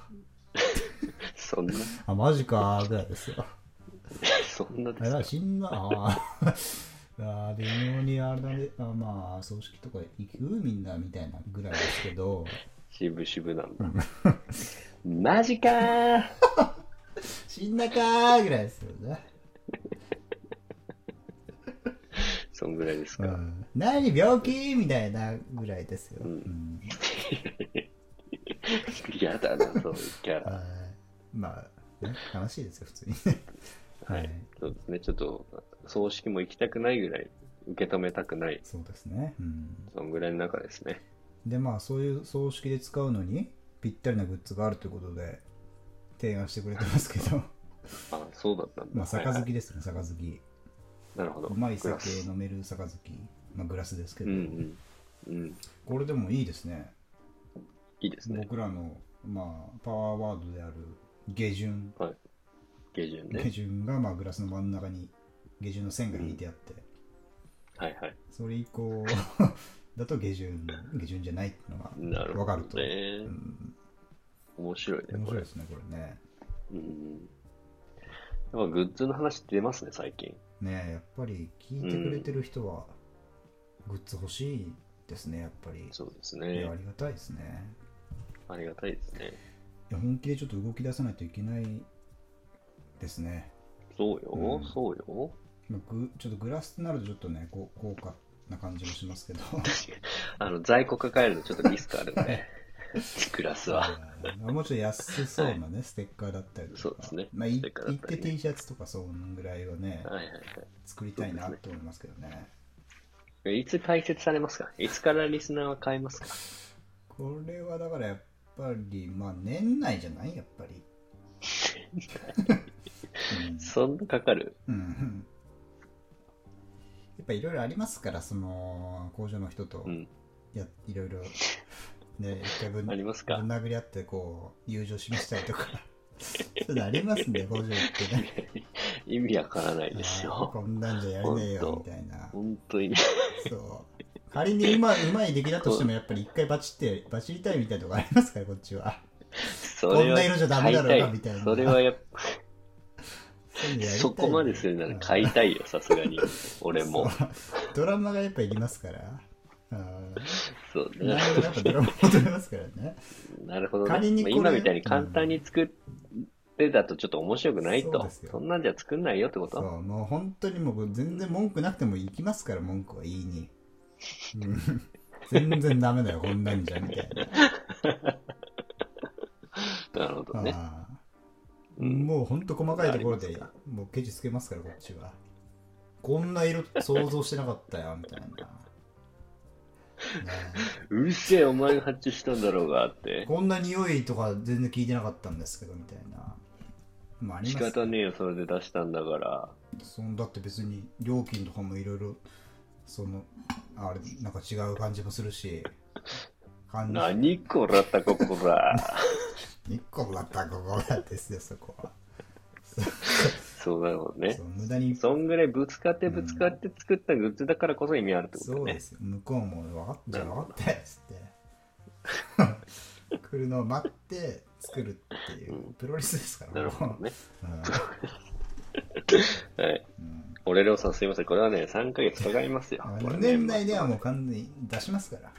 そんな、あ、マジかーぐらいですよ。そんなあですれかは死んだあーあー微妙にあれだね。あまあ、葬式とか行くみんなみたいなぐらいですけど、渋々なんだ。マジかー死んだかーぐらいですよね。そんぐらいですうか。ん、何病気みたいなぐらいですよ。うんうん嫌だな、そういうキャラ。はいまあ、ね、悲しいですよ、普通に。はい。そうですね。ちょっと、葬式も行きたくないぐらい、受け止めたくない、そうですね、うん、そんぐらいの中ですね。でまあそういう葬式で使うのにぴったりなグッズがあるということで提案してくれてますけど あ、そうだったんだ。まあはいはい杯ですね杯なるほど。うまいグラ酒ス飲める杯まあグラスですけうど、んうん。うん。これでもいいですねいいですね。僕らの、まあ、パワーワードである下旬はい。下旬下ね。旬がまあグラスの真ん中に下旬の線が引いてあって、はいはい。それ以降 だと下旬下旬じゃないっていうのがなるほど、ね。わかるとうん面白いね、面こ白れいで。すねこれねうん。やっぱグッズの話出ますね、最近。ねえやっぱり聞いてくれてる人はグッズ欲しいですねやっぱり、そうですいやねあ。りがたいですねありがたいですね。いや本気でちょっと動き出さないといけないですね、そうよ、うんそうよ。まあグちょっとグラスとなるとちょっとねこう高価な感じもしま すけどあの、在庫抱えるのちょっとリスクあるんで、グラスは。いやもうちょっと安そう なねステッカーだったりとかそうですねまあ、いステッカーだいっったりねて T シャツとかそんぐらいはねはいはいは作りたいなと思いますけどねい。いつ解説されますかいつからリスナーは買えますかこれはだからやっぱりまあ年内じゃないやっぱり、うんそんなかかるうんやっぱいろいろありますからその工場の人とうん。や、いろいろね一回ぶんありますかぶん殴り合ってこう友情示したりとか そういうのありますんで工場行ってね意味わからないですあーよ。こんなんじゃやれねえほよんとみたいな本当 に。そう仮にうまいうまい出来だとしてもやっぱり一回バチってバチりたいみたいなとこありますからこっちはそれは。こんな色じゃダメだろうな買いみたいなそれはやっぱ、そういうのやりたいそこまでするならうん買いたいよ、さすがに。俺も。そうドラマがやっぱいりますからあーそうね。何でもやっぱドラマも撮れますから ね。なるほど、ね。仮にまあこれ今みたいに簡単に作ってだとちょっと面白くないそうと。ですよそんなんじゃ作んないよってこそとう、もう本当にもう全然文句なくても行きますから、文句は言いに。うん全然ダメだよ、こんなんじゃ、みたいな。なるほど ね。ああうんもう本当細かいところありでますか、もうケチつけますから、こっちは。こんな色想像してなかったよ、み たいな。ねうるせえ、お前が発注したんだろうがっえて。こんな匂いとか全然聞いてなかったんですけど、みたいな。まあ、あり仕ます方ねえよ、それで出したんだから。そのだって別に料金とかもいろいろそのあれなんか違う感じもするし感じ何こらたここ ら。一個もらったここなんですよそこはそうだろうねそ。う無駄にそんぐらいぶつかってぶつかって作ったグッズだからこそ意味あるってことそうねで。すよ向こうも分かった分かったよっつ って来るのを待って作るっていう、うプロレスですからなるほどね。 はい。うん俺レオさんすいません。これはね、3ヶ月かかりますよ。うん、これね2年内ではもう完全に出しますから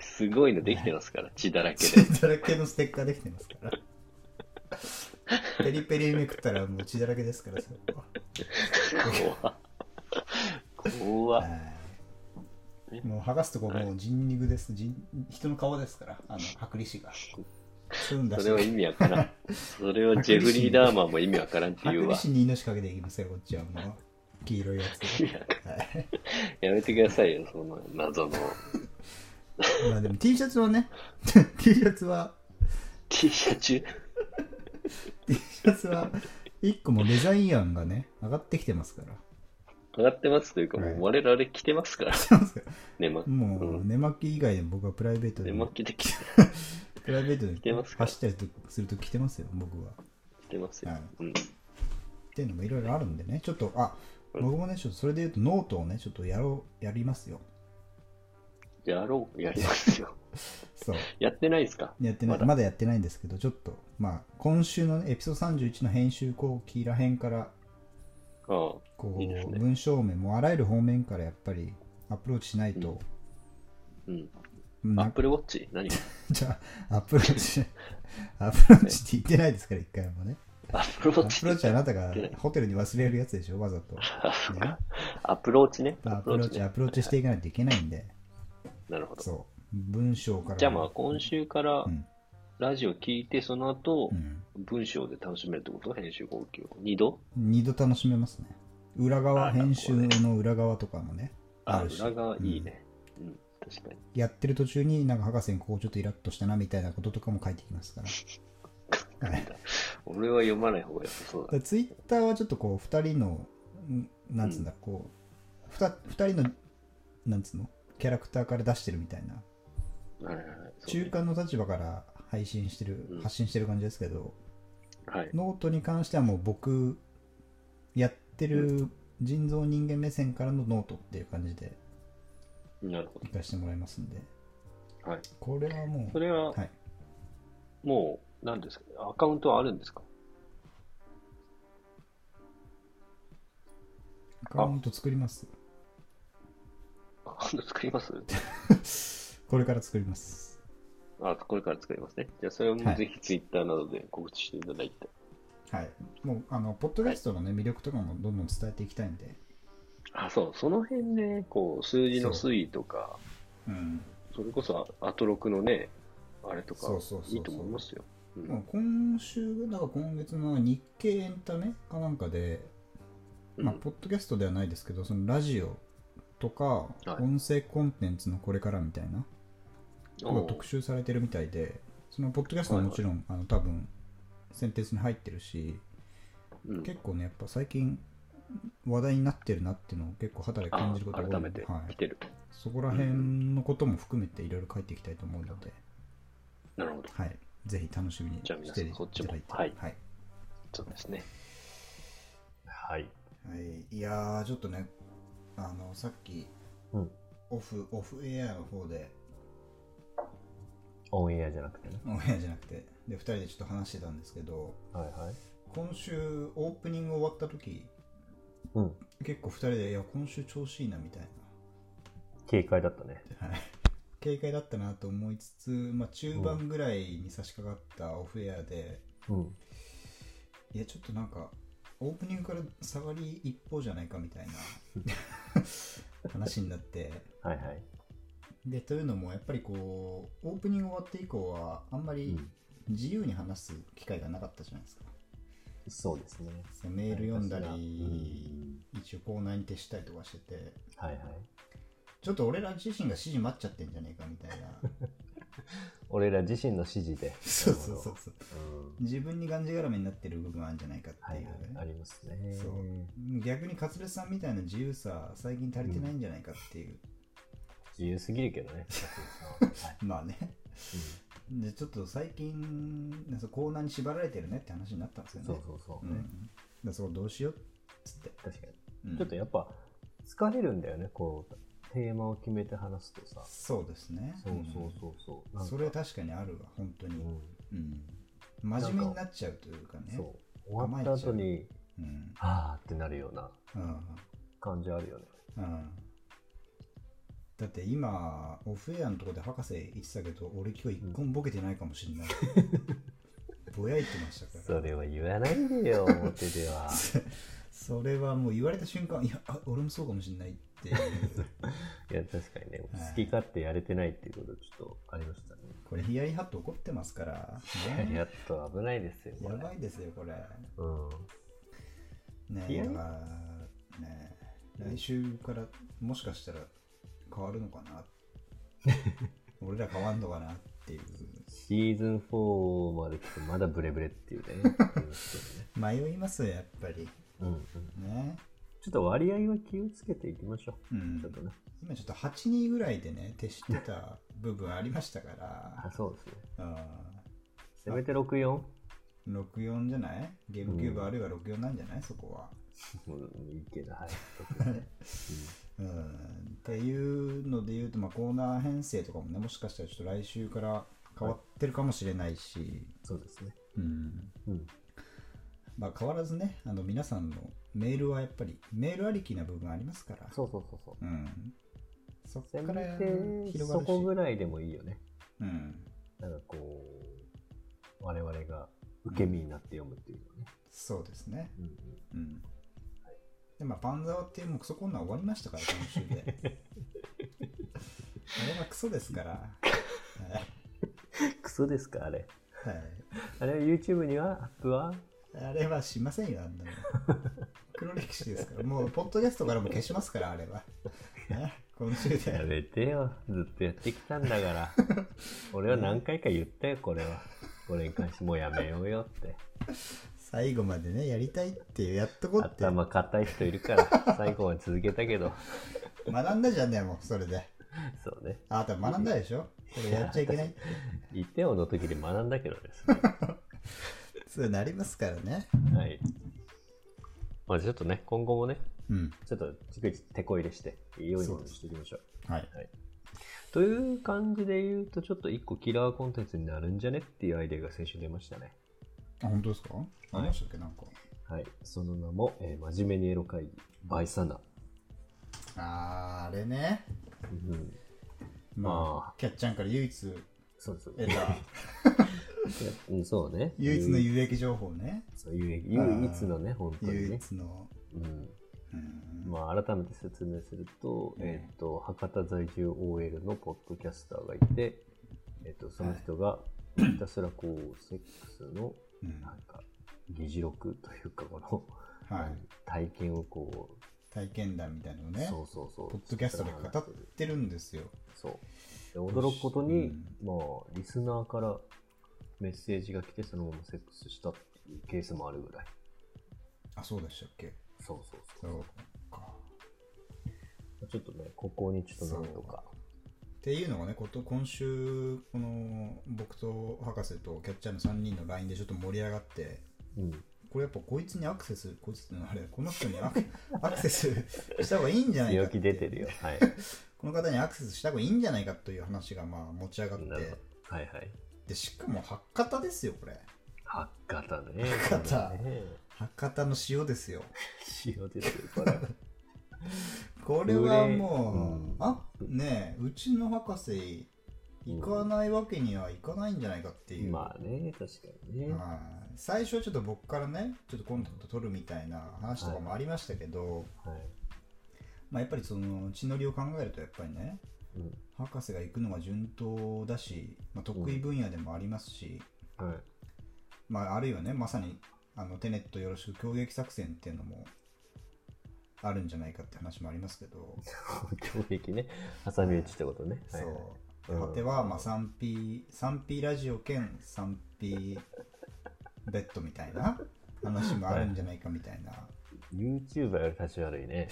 すごいのできてますから、血だらけで。血だらけのステッカーできてま すからペリペリめくったらもう血だらけですからそこは怖怖はっいもう剥がすとこもう人肉です、人人の顔ですからあの剥離紙がそういうの出そしれては意味わからん。それはジェフリー・ダーマンも意味わからんって言う剥わ離。紙に命かけていきますよこっちはもう黄色いやつで、はい、やめてくださいよ、その謎の。まあでも T シャツはね T シャツは T シャツ T シャツは1個もデザイン案がね上がってきてますから上がってますというか、もう我々着てますから。ねま、もううん寝巻き以外でも僕はプライベートで寝も巻きで着てプライベートでてますか走ったりとすると着てますよ、僕は。っ着てますよはい。うん。ていうのもいろいろあるんでね、ちょっと、あ、僕もね、ちょっとそれで言うとノートをね、ちょっとやろう、やりますよ。やろう、やりますよ。 そう。やってないですかやってない、ままだだやってないんですけど、ちょっと、まあ、今週のね、エピソード31の編集後期らへんから、ああ。こう、いいですね文章面もあらゆる方面からやっぱりアプローチしないと、うん。なアップルウォッチ 何がじゃあ、アプロー チ、アプローチって言ってないですから、一回もね。アップルウアォッチプローチはあなたがホテルに忘れるやつでしょ、わざと。あそうねかアプローチね。アプローチ、アプローチしていかないといけないんで、なるほど。そう、文章から。じゃあまあ今週からうんラジオ聞いて、その後う、ん、文章で楽しめるってこと編集後期を。二度二度楽しめますね。裏あなる側、ほど編ね集の裏側とかもね、あるし裏側いいね。うん、確かに。やってる途中に、なんか博士にここちょっとイラッとしたなみたいなこととかも書いてきますから。はい、だか俺は読まない方が良さそうだ。らツイッターはちょっとこう、二人の、んなんつうんだ、こう、ふた二人の、なんつうの、キャラクターから出してるみたいな、はいはいはい。そう中ね間の立場から配信してる、うん発信してる感じですけど、はい。ノートに関してはもう僕やってる人造人間目線からのノートっていう感じでなるほ行かせてもらいますんでど。はい。これはもそうれははい、もう、何ですかアカウントはあるんですかアカウント作ります アカウント作りますこれから作りますあ、これから作りますね。じゃあそれはもいぜひツイッターなどで告知していただいて。はいもうあのポッドキャストのね魅力とかもどんどん伝えていきたいんであ、そう、その辺ね、こう、数字の推移とか、うんそれこそアトロクのね、あれとかそうそうそう、そいういと思いますよ。うんもう今週なんか今月の日経エンタメかなんかで、うんまあポッドキャストではないですけどそのラジオとかい音声コンテンツのこれからみたいな、おう特集されてるみたいで、そのポッドキャストはもちろん、あの多分センテンスに入ってるし、うん結構ね、やっぱ最近話題になってるなっていうのを結構肌で感じることがあ多い改のめで、ては来い、てると。そこら辺のことも含めていろいろ書いていきたいと思うので、なるほど。はい、ぜひ楽しみにじゃあ皆しさてんいそっちたもだいて、はいはいそうですね。はい。はいいやー、ちょっとね、あのさっき、うんオフオフエアの方で、オンエアじゃなくてね。オンエアじゃなくて、で2人でちょっと話してたんですけど、はいはい。今週オープニング終わった時うん。結構2人でいや今週調子いいなみたい警戒だったね。な、はい、警戒だったなと思いつつ、まあ、中盤ぐらいに差し掛かったオフエアで、うん。いやちょっとなんかオープニングから下がり一方じゃないかみたいな話になってはいはい。でというのもやっぱりこうオープニング終わって以降はあんまり自由に話す機会がなかったじゃないですか、そうですね。そうメール読んだうんり、一応コーナーに徹したりとかしてて、はいはい。ちょっと俺ら自身が指示待っちゃってんじゃねえかみたい な。俺ら自身の指示で。そうそうそうそう。うん。自分にがんじがらめになってる部分あるんじゃないかってはいいうはね。い。ありますね。そう逆に勝別さんみたいな自由さ最近足りてないんじゃないかっていう、自由すぎるけど ね。勝地さんははいまあねでちょっと最近そうコーナーに縛られてるねって話になったんですうんよねそうそうそうう。ん、だからそこどうしようっつって、確かに。うんちょっとやっぱ、疲れるんだよね。こう、テーマを決めて話すとさ。そうですねそうそうそうそう。うなんんかそれは確かにあるわ本当に、うんうん真面目になっちゃうというかねそう。終わった後に、うんあーってなるようなうん感じあるよね。うんだって今オフエアのところで博士言ってたけど俺今日一個もボケてないかもしれない、ぼやいてましたからそれは言わないで よ、表では。それはもう言われた瞬間、いや、あ俺もそうかもしれないっていう、いや、確かにね、好き勝手やれてないっていうこと、ちょっとありましたね。これ、ヒヤリハット怒ってますから、やね、っと危ないですよ、こやれ。ばいですよ、これ。うん。ねヒヤえ、だリから、ねえ来週からもしかしたら変わるの かな俺ら変わんのかなっていう、シーズン4まで来て、まだブレブレっていう ね。うんそうね迷いますよ、やっぱり。うんうん。ねちょっと割合は気をつけていきましょうう。んちょっ、とね。今ちょっと8人ぐらいでね、徹してた部分ありましたかあ、らそうですね。、うせめて 64? ん、64じゃないゲームキューブあるいは64なんじゃないそこは。うん、いいけど、はい。うんっていうので言うと、まあ、コーナー編成とかもねもしかしたらちょっと来週から変わってるかもしれないし、 そうですね。うんうん。まあ、変わらずねあの皆さんのメールはやっぱりメールありきな部分ありますからそうそうそうそう。うん、そせこめからて、広そがるしこぐらいでもいいよね。うん、なんかこう、我々が受け身になって読むっていうのはね。そうですね、うんうんうんでまあ、パンザワっていうもうクソコーナー終わりましたから今週で あれはクソですからはいクソですかあれ。はいあれは YouTube にはアップはあれはしませんよ、あんなの。黒歴史ですから。もう、ポッドキャストからも消しますから、あれは。ね今週やで。めてよ。ずっとやってきたんだ から。俺は何回か言ったよ、これは。これに関してもうやめようよって。最後までね、やりたいって、やっとこうって。頭固い人いる から、最後まで続けたけど。学んだじゃんね、もう、それで。そうね。あなた学んだでしょこれやっちゃいけない。一点をの時に学んだけどですね。そうなりますからね。はい。まあちょっとね、今後もね、うん。ちょっと逐一手こ入れして、いいようにしていきましょう。はい。という感じで言うと、ちょっと一個キラーコンテンツになるんじゃねっていうアイデアが先週出ましたね。あ、本当ですかありましたっけ、なんか。はい。その名も、えー真面目にエロ会議、バイサナ。あー、あれね。うん、まあ、キャッチャンから唯一そうそう。得 た、うん、そうね。唯一の有益情報ね。そう唯一唯一のね、本当に唯ね。一の。うん。うん。まあ、改めて説明すると、うんえっ、と、博多在住 OL のポッドキャスターがいて、えっ、と、その人が、ひたすらこう、セックスの、うんなんか、議事録というか、この、はい。体験をこう、体験談みたいなのをね。そうそうそう。ポッドキャストで語ってるんですよ。そう。で驚くことに、うんまあ、リスナーからメッセージが来て、そのままセックスしたっていうケースもあるぐらい。あ、そうでしたっけそうそうそそう。うか。ちょっとね、ここにちょっとなんとか。っていうのがね、こと今週、この僕と博士とキャッチャーの3人の LINE でちょっと盛り上がって、うん。これやっぱこいつにアクセス、こいつってのはあれ、この人に アクアクセスした方がいいんじゃない強かって気出てるよ。はい。この方にアクセスした方がいいんじゃないかという話がまあ持ち上がっなるてほ、ど。はいはい。でしかも博多ですよ、これ。博多ね。博多これね。博多の塩ですよ。塩ですよ、これ。これはもう、うんあねえうちの博士行かないわけにはいかないんじゃないかっていう、まあね、確かにね。はい最初はちょっと僕からねちょっとコンタクト取るみたいな話とかもありましたけど、はい。まあ、やっぱりその地の利を考えるとやっぱりねうん。博士が行くのが順当だし、まあ、得意分野でもありますし、はい。 まあ、あるいはねまさにあのテネットよろしく攻撃作戦っていうのもあるんじゃないかって話もありますけど、攻撃ね。挟み撃ちってことね。はいはいそううん果てはまあ 3P, 3P ラジオ兼 3P ベッドみたいな話もあるんじゃないかみたいな、 YouTuber より立ち悪いね。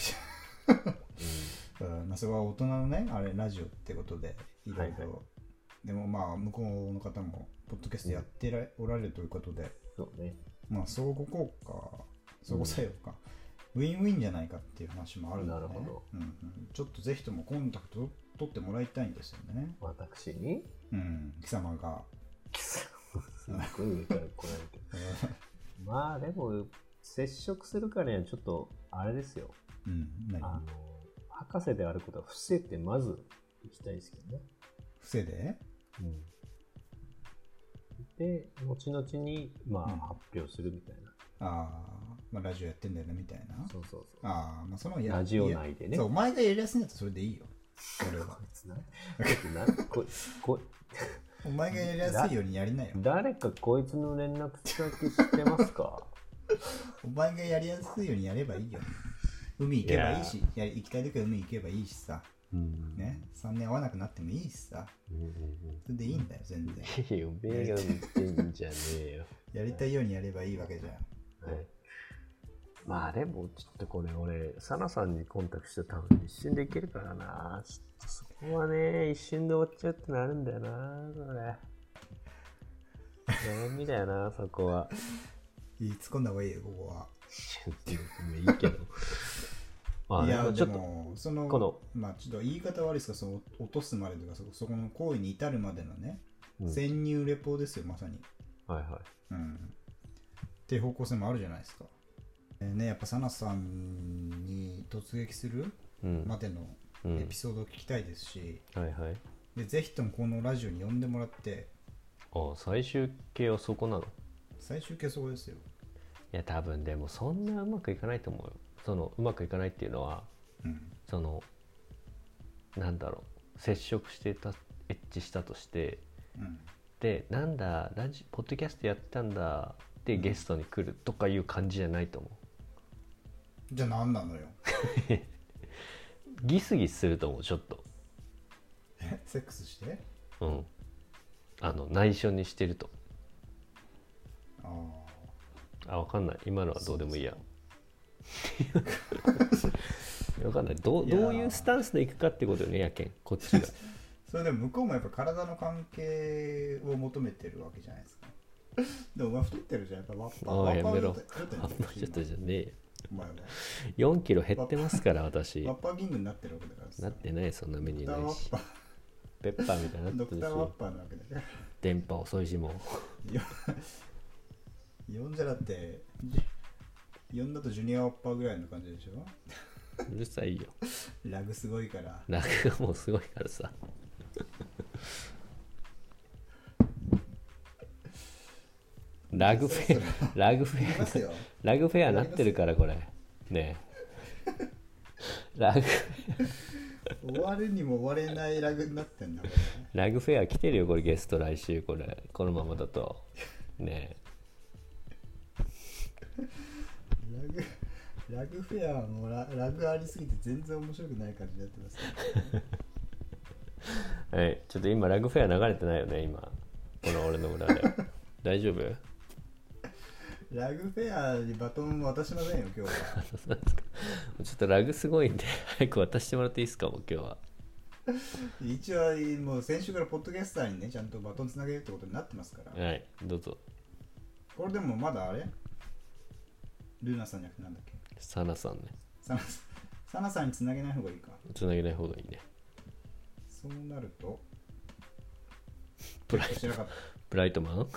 うんまあ、それは大人のねあれラジオってことでいろいろ、はいはでもまあ向こうの方もポッドキャストやってらおられるということで、そうね。まあ相互効果相互作用か、ウィンウィンじゃないかっていう話もあるんで、ね、なるほどうんうん、ちょっとぜひともコンタクト取ってもらいたいんですよね私にうん貴様がすごい上から来られてる。まあでも、接触するからにはちょっと、あれですよ。うん何あの、博士であることは伏せてまず行きたいですけどね。伏せでで、後々に、まあうん、発表するみたいな。ああまあラジオやってんだよねみたいなそうそうそう。ああまあそのやラジオ内でねいいやそうお前がやりやすいんだったらそれでいいよ俺は こいつな、こいつな、 こいこいお前がやりやすいようにやりなよ誰かこいつの連絡先知ってますかお前がやりやすいようにやれば いいよ海行けばいいしやり行きたい時は海行けばいいしさうんね3年会わなくなってもいいしさうんうんうんそれでいいんだよ全然いやいや、おめえが言ってんじゃねえよ。やりたいようにやればいいわけじゃんはい、まあでも、ちょっとこれ俺、サナさんにコンタクトして多分一瞬でいけるからな。ちょっとそこはね、一瞬で終わっちゃうってなるんだよな、これ。悩みだよな、そこは。いい突っ込んだ方がいいよここはもいいけど。まあいね、やちでょっと、もそのこのまあちょっと言い方悪いですがその落とすまでとかそそこの行為に至るまでのね、うん潜入レポですよまさに、はいはい。うん、っていう方向性もあるじゃないですか、えーねやっぱサナさんに突撃するうん。までのうんエピソードを聞きたいですし、はいはい。でぜひともこのラジオに呼んでもらってあ最終形はそこなのい最終形そこですよや、多分でもそんなうまくいかないと思うよ。その、うまくいかないっていうのは、うんそのなんだろう接触してたエッチしたとしてうんでなんだラジポッドキャストやってたんだでゲストに来るとかいう感じじゃないと思うじゃあ何なのよ ギスギスすると思うちょっとえセックスしてうんあの内緒にしてるとあああわかんない今のはどうでもいい やわかんないどういやーどういうスタンスでいくかってことよねやけんこっち がそれでも向こうもやっぱ体の関係を求めてるわけじゃないで すか。でもお前太ってるじゃん。やっぱワッパおいワッパやめろ状態あんま ちょっとじゃねお前はえ4キロ減ってますから私ワッパキングになってるわけだからさ。なってないそんな目にドクターなワいしッパペッパーみたいになドってクるターワッしパなわけだから。電波遅いしもよ呼んじゃだって、呼んだとジュニアワッパぐらいの感じでしょううるさいよラグすご いから。ラグがもうすごいからさラグフェアラグフいますェアよ。ラグフェアなってるからこれねえラグ終わるにも終われないラグになってんだこラグフェア来てるよこれゲスト来週これこのままだとねれ。ラグ。 ラグフェアもララグありすぎて全然面白くない感じになってますねえはいちょっと今ラグフェア流れてないよね今この俺の裏で大丈夫ラグフェアにバトン渡しませんよ、今日は。そうですかちょっとラグすごいんで早く渡してもらっていいですかもう今日は一応、もう先週からポッドキャスターにね、ちゃんとバトンつなげるってことになってますから。はいどうぞこれでもまだあれルーナさんじゃなくてなんだっけサナさんねサナサナさんにつなげない方がいいか。つなげない方がいいねそうなると、ブライ知らなかった。ブライトマン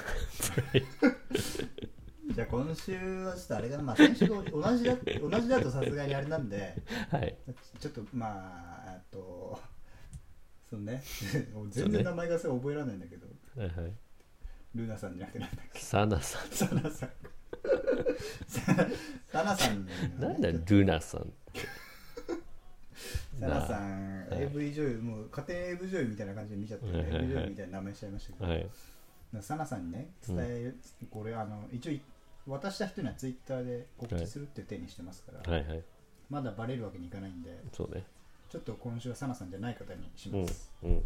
じゃあ今週はちょっとあれかな、まあ先週と同じだ同じだとさすがにあれなんで、はいちょっとまあ、あと、 そ うね、もう全然名前がそれ覚えられないんだけど、はいはいルーナさんじゃなくてなんだっけサナさサナさん。サナさん、んなんだルナさんってサナさん、はい AV 女優、もう家庭 AV 女優みたいな感じで見ちゃって、はいはいはい AV 女優みたいな名前しちゃいましたけど、はいサナさんにね、伝え、これ、あの、一応、渡した人にはツイッターで告知するって手にしてますから、はいはい。まだバレるわけにいかないんで、そうね。ちょっと今週はサナさんじゃない方にしうまんす。。うん。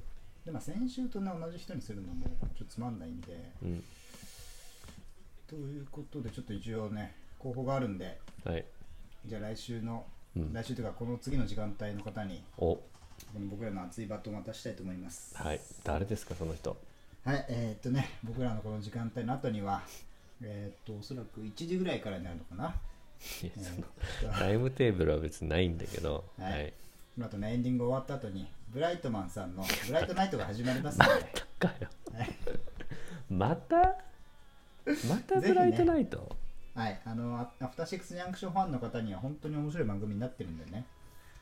で、まあ、先週とね同じ人にするのもちょっとつまんないんで、うん。ということで、ちょっと一応ね、候補があるんで、はい。じゃあ来週の、うん来週というか、この次の時間帯の方に、お、この僕らの熱いバトンを渡したいと思います。はい。誰ですか、その人。はい、えーっとね、僕らのこの時間帯の後には、えーっと、おそらく1時ぐらいからになるのかいな。やえーそのっとタイムテーブルは別にないんだけど、はいはい。この後ね、エンディング終わった後に、ブライトマンさんのブライトナイトが始まりますので、かよはい。またまたぜひねブライトナイト、はい、あの、アアフターシックスジャンクションファンの方には本当に面白い番組になってるんでね、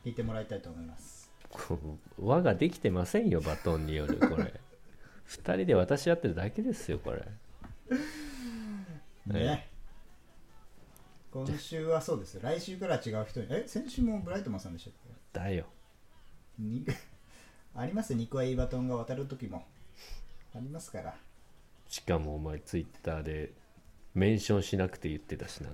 聞いてもらいたいと思います。こ う輪ができてませんよバトンによるこれ二人で渡し合ってるだけですよこれね。今週はそうですよ。来週からは違う人に。え、先週もブライトマンさんでしたっだよけに あります肉はいいバトンが渡る時も。ありますから。しかもお前ツイッターでメンションしなくて言ってたしな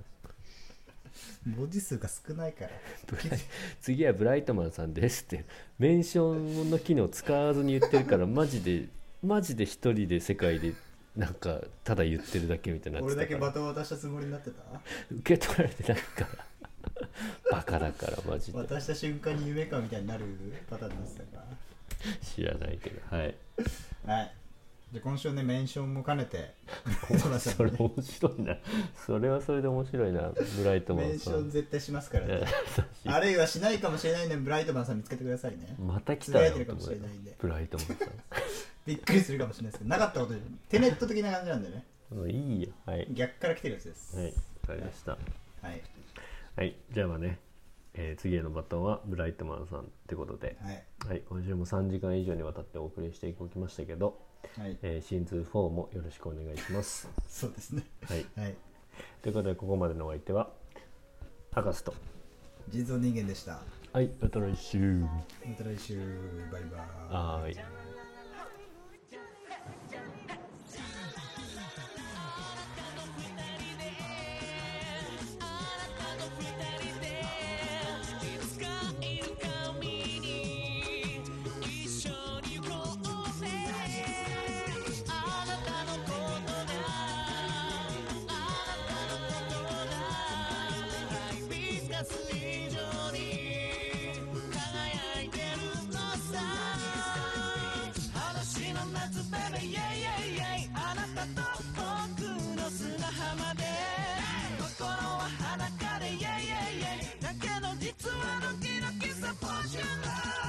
文字数が少ないから。ブライ次はブライトマンさんですってメンションの機能使わずに言ってるからマジでマジで一人で世界でなんかただ言ってるだけみたいになってたか俺らだけバトン渡したつもりになってた受け取られてないからバカだからマジで渡した瞬間に夢かみたいになるパターンになってたか知らないけどはいら。はい。じゃあ今週はね、メンションも兼ね て、ブライトマンさん それ面白いなそれはそれで面白いなブライトマメンンシさョンん絶対しますからいねや。あるいはしないかもしれないんで、ブライトマンさん見つけてくださいね。また来たよつぶやいてるとかも思しうれよないんでブライトマンさんびっくりするかもしれないですけど、なかったことで、テネット的な感じなんでね。もう いいよはい逆から来てるやつです。はいわかりましたはい。はいじゃあまあね、えー次へのバトンはブライトマンさんってことで、はい。はい、今週も3時間以上にわたってお送りしていきましたけど、はい。えーシーズン4もよろしくお願いしますそうですね。はいはい。ということでここまでのお相手は博士と人造人間でした。はいまた来週また来週、バイバーイ。はーいだけど実はドキドキサポーション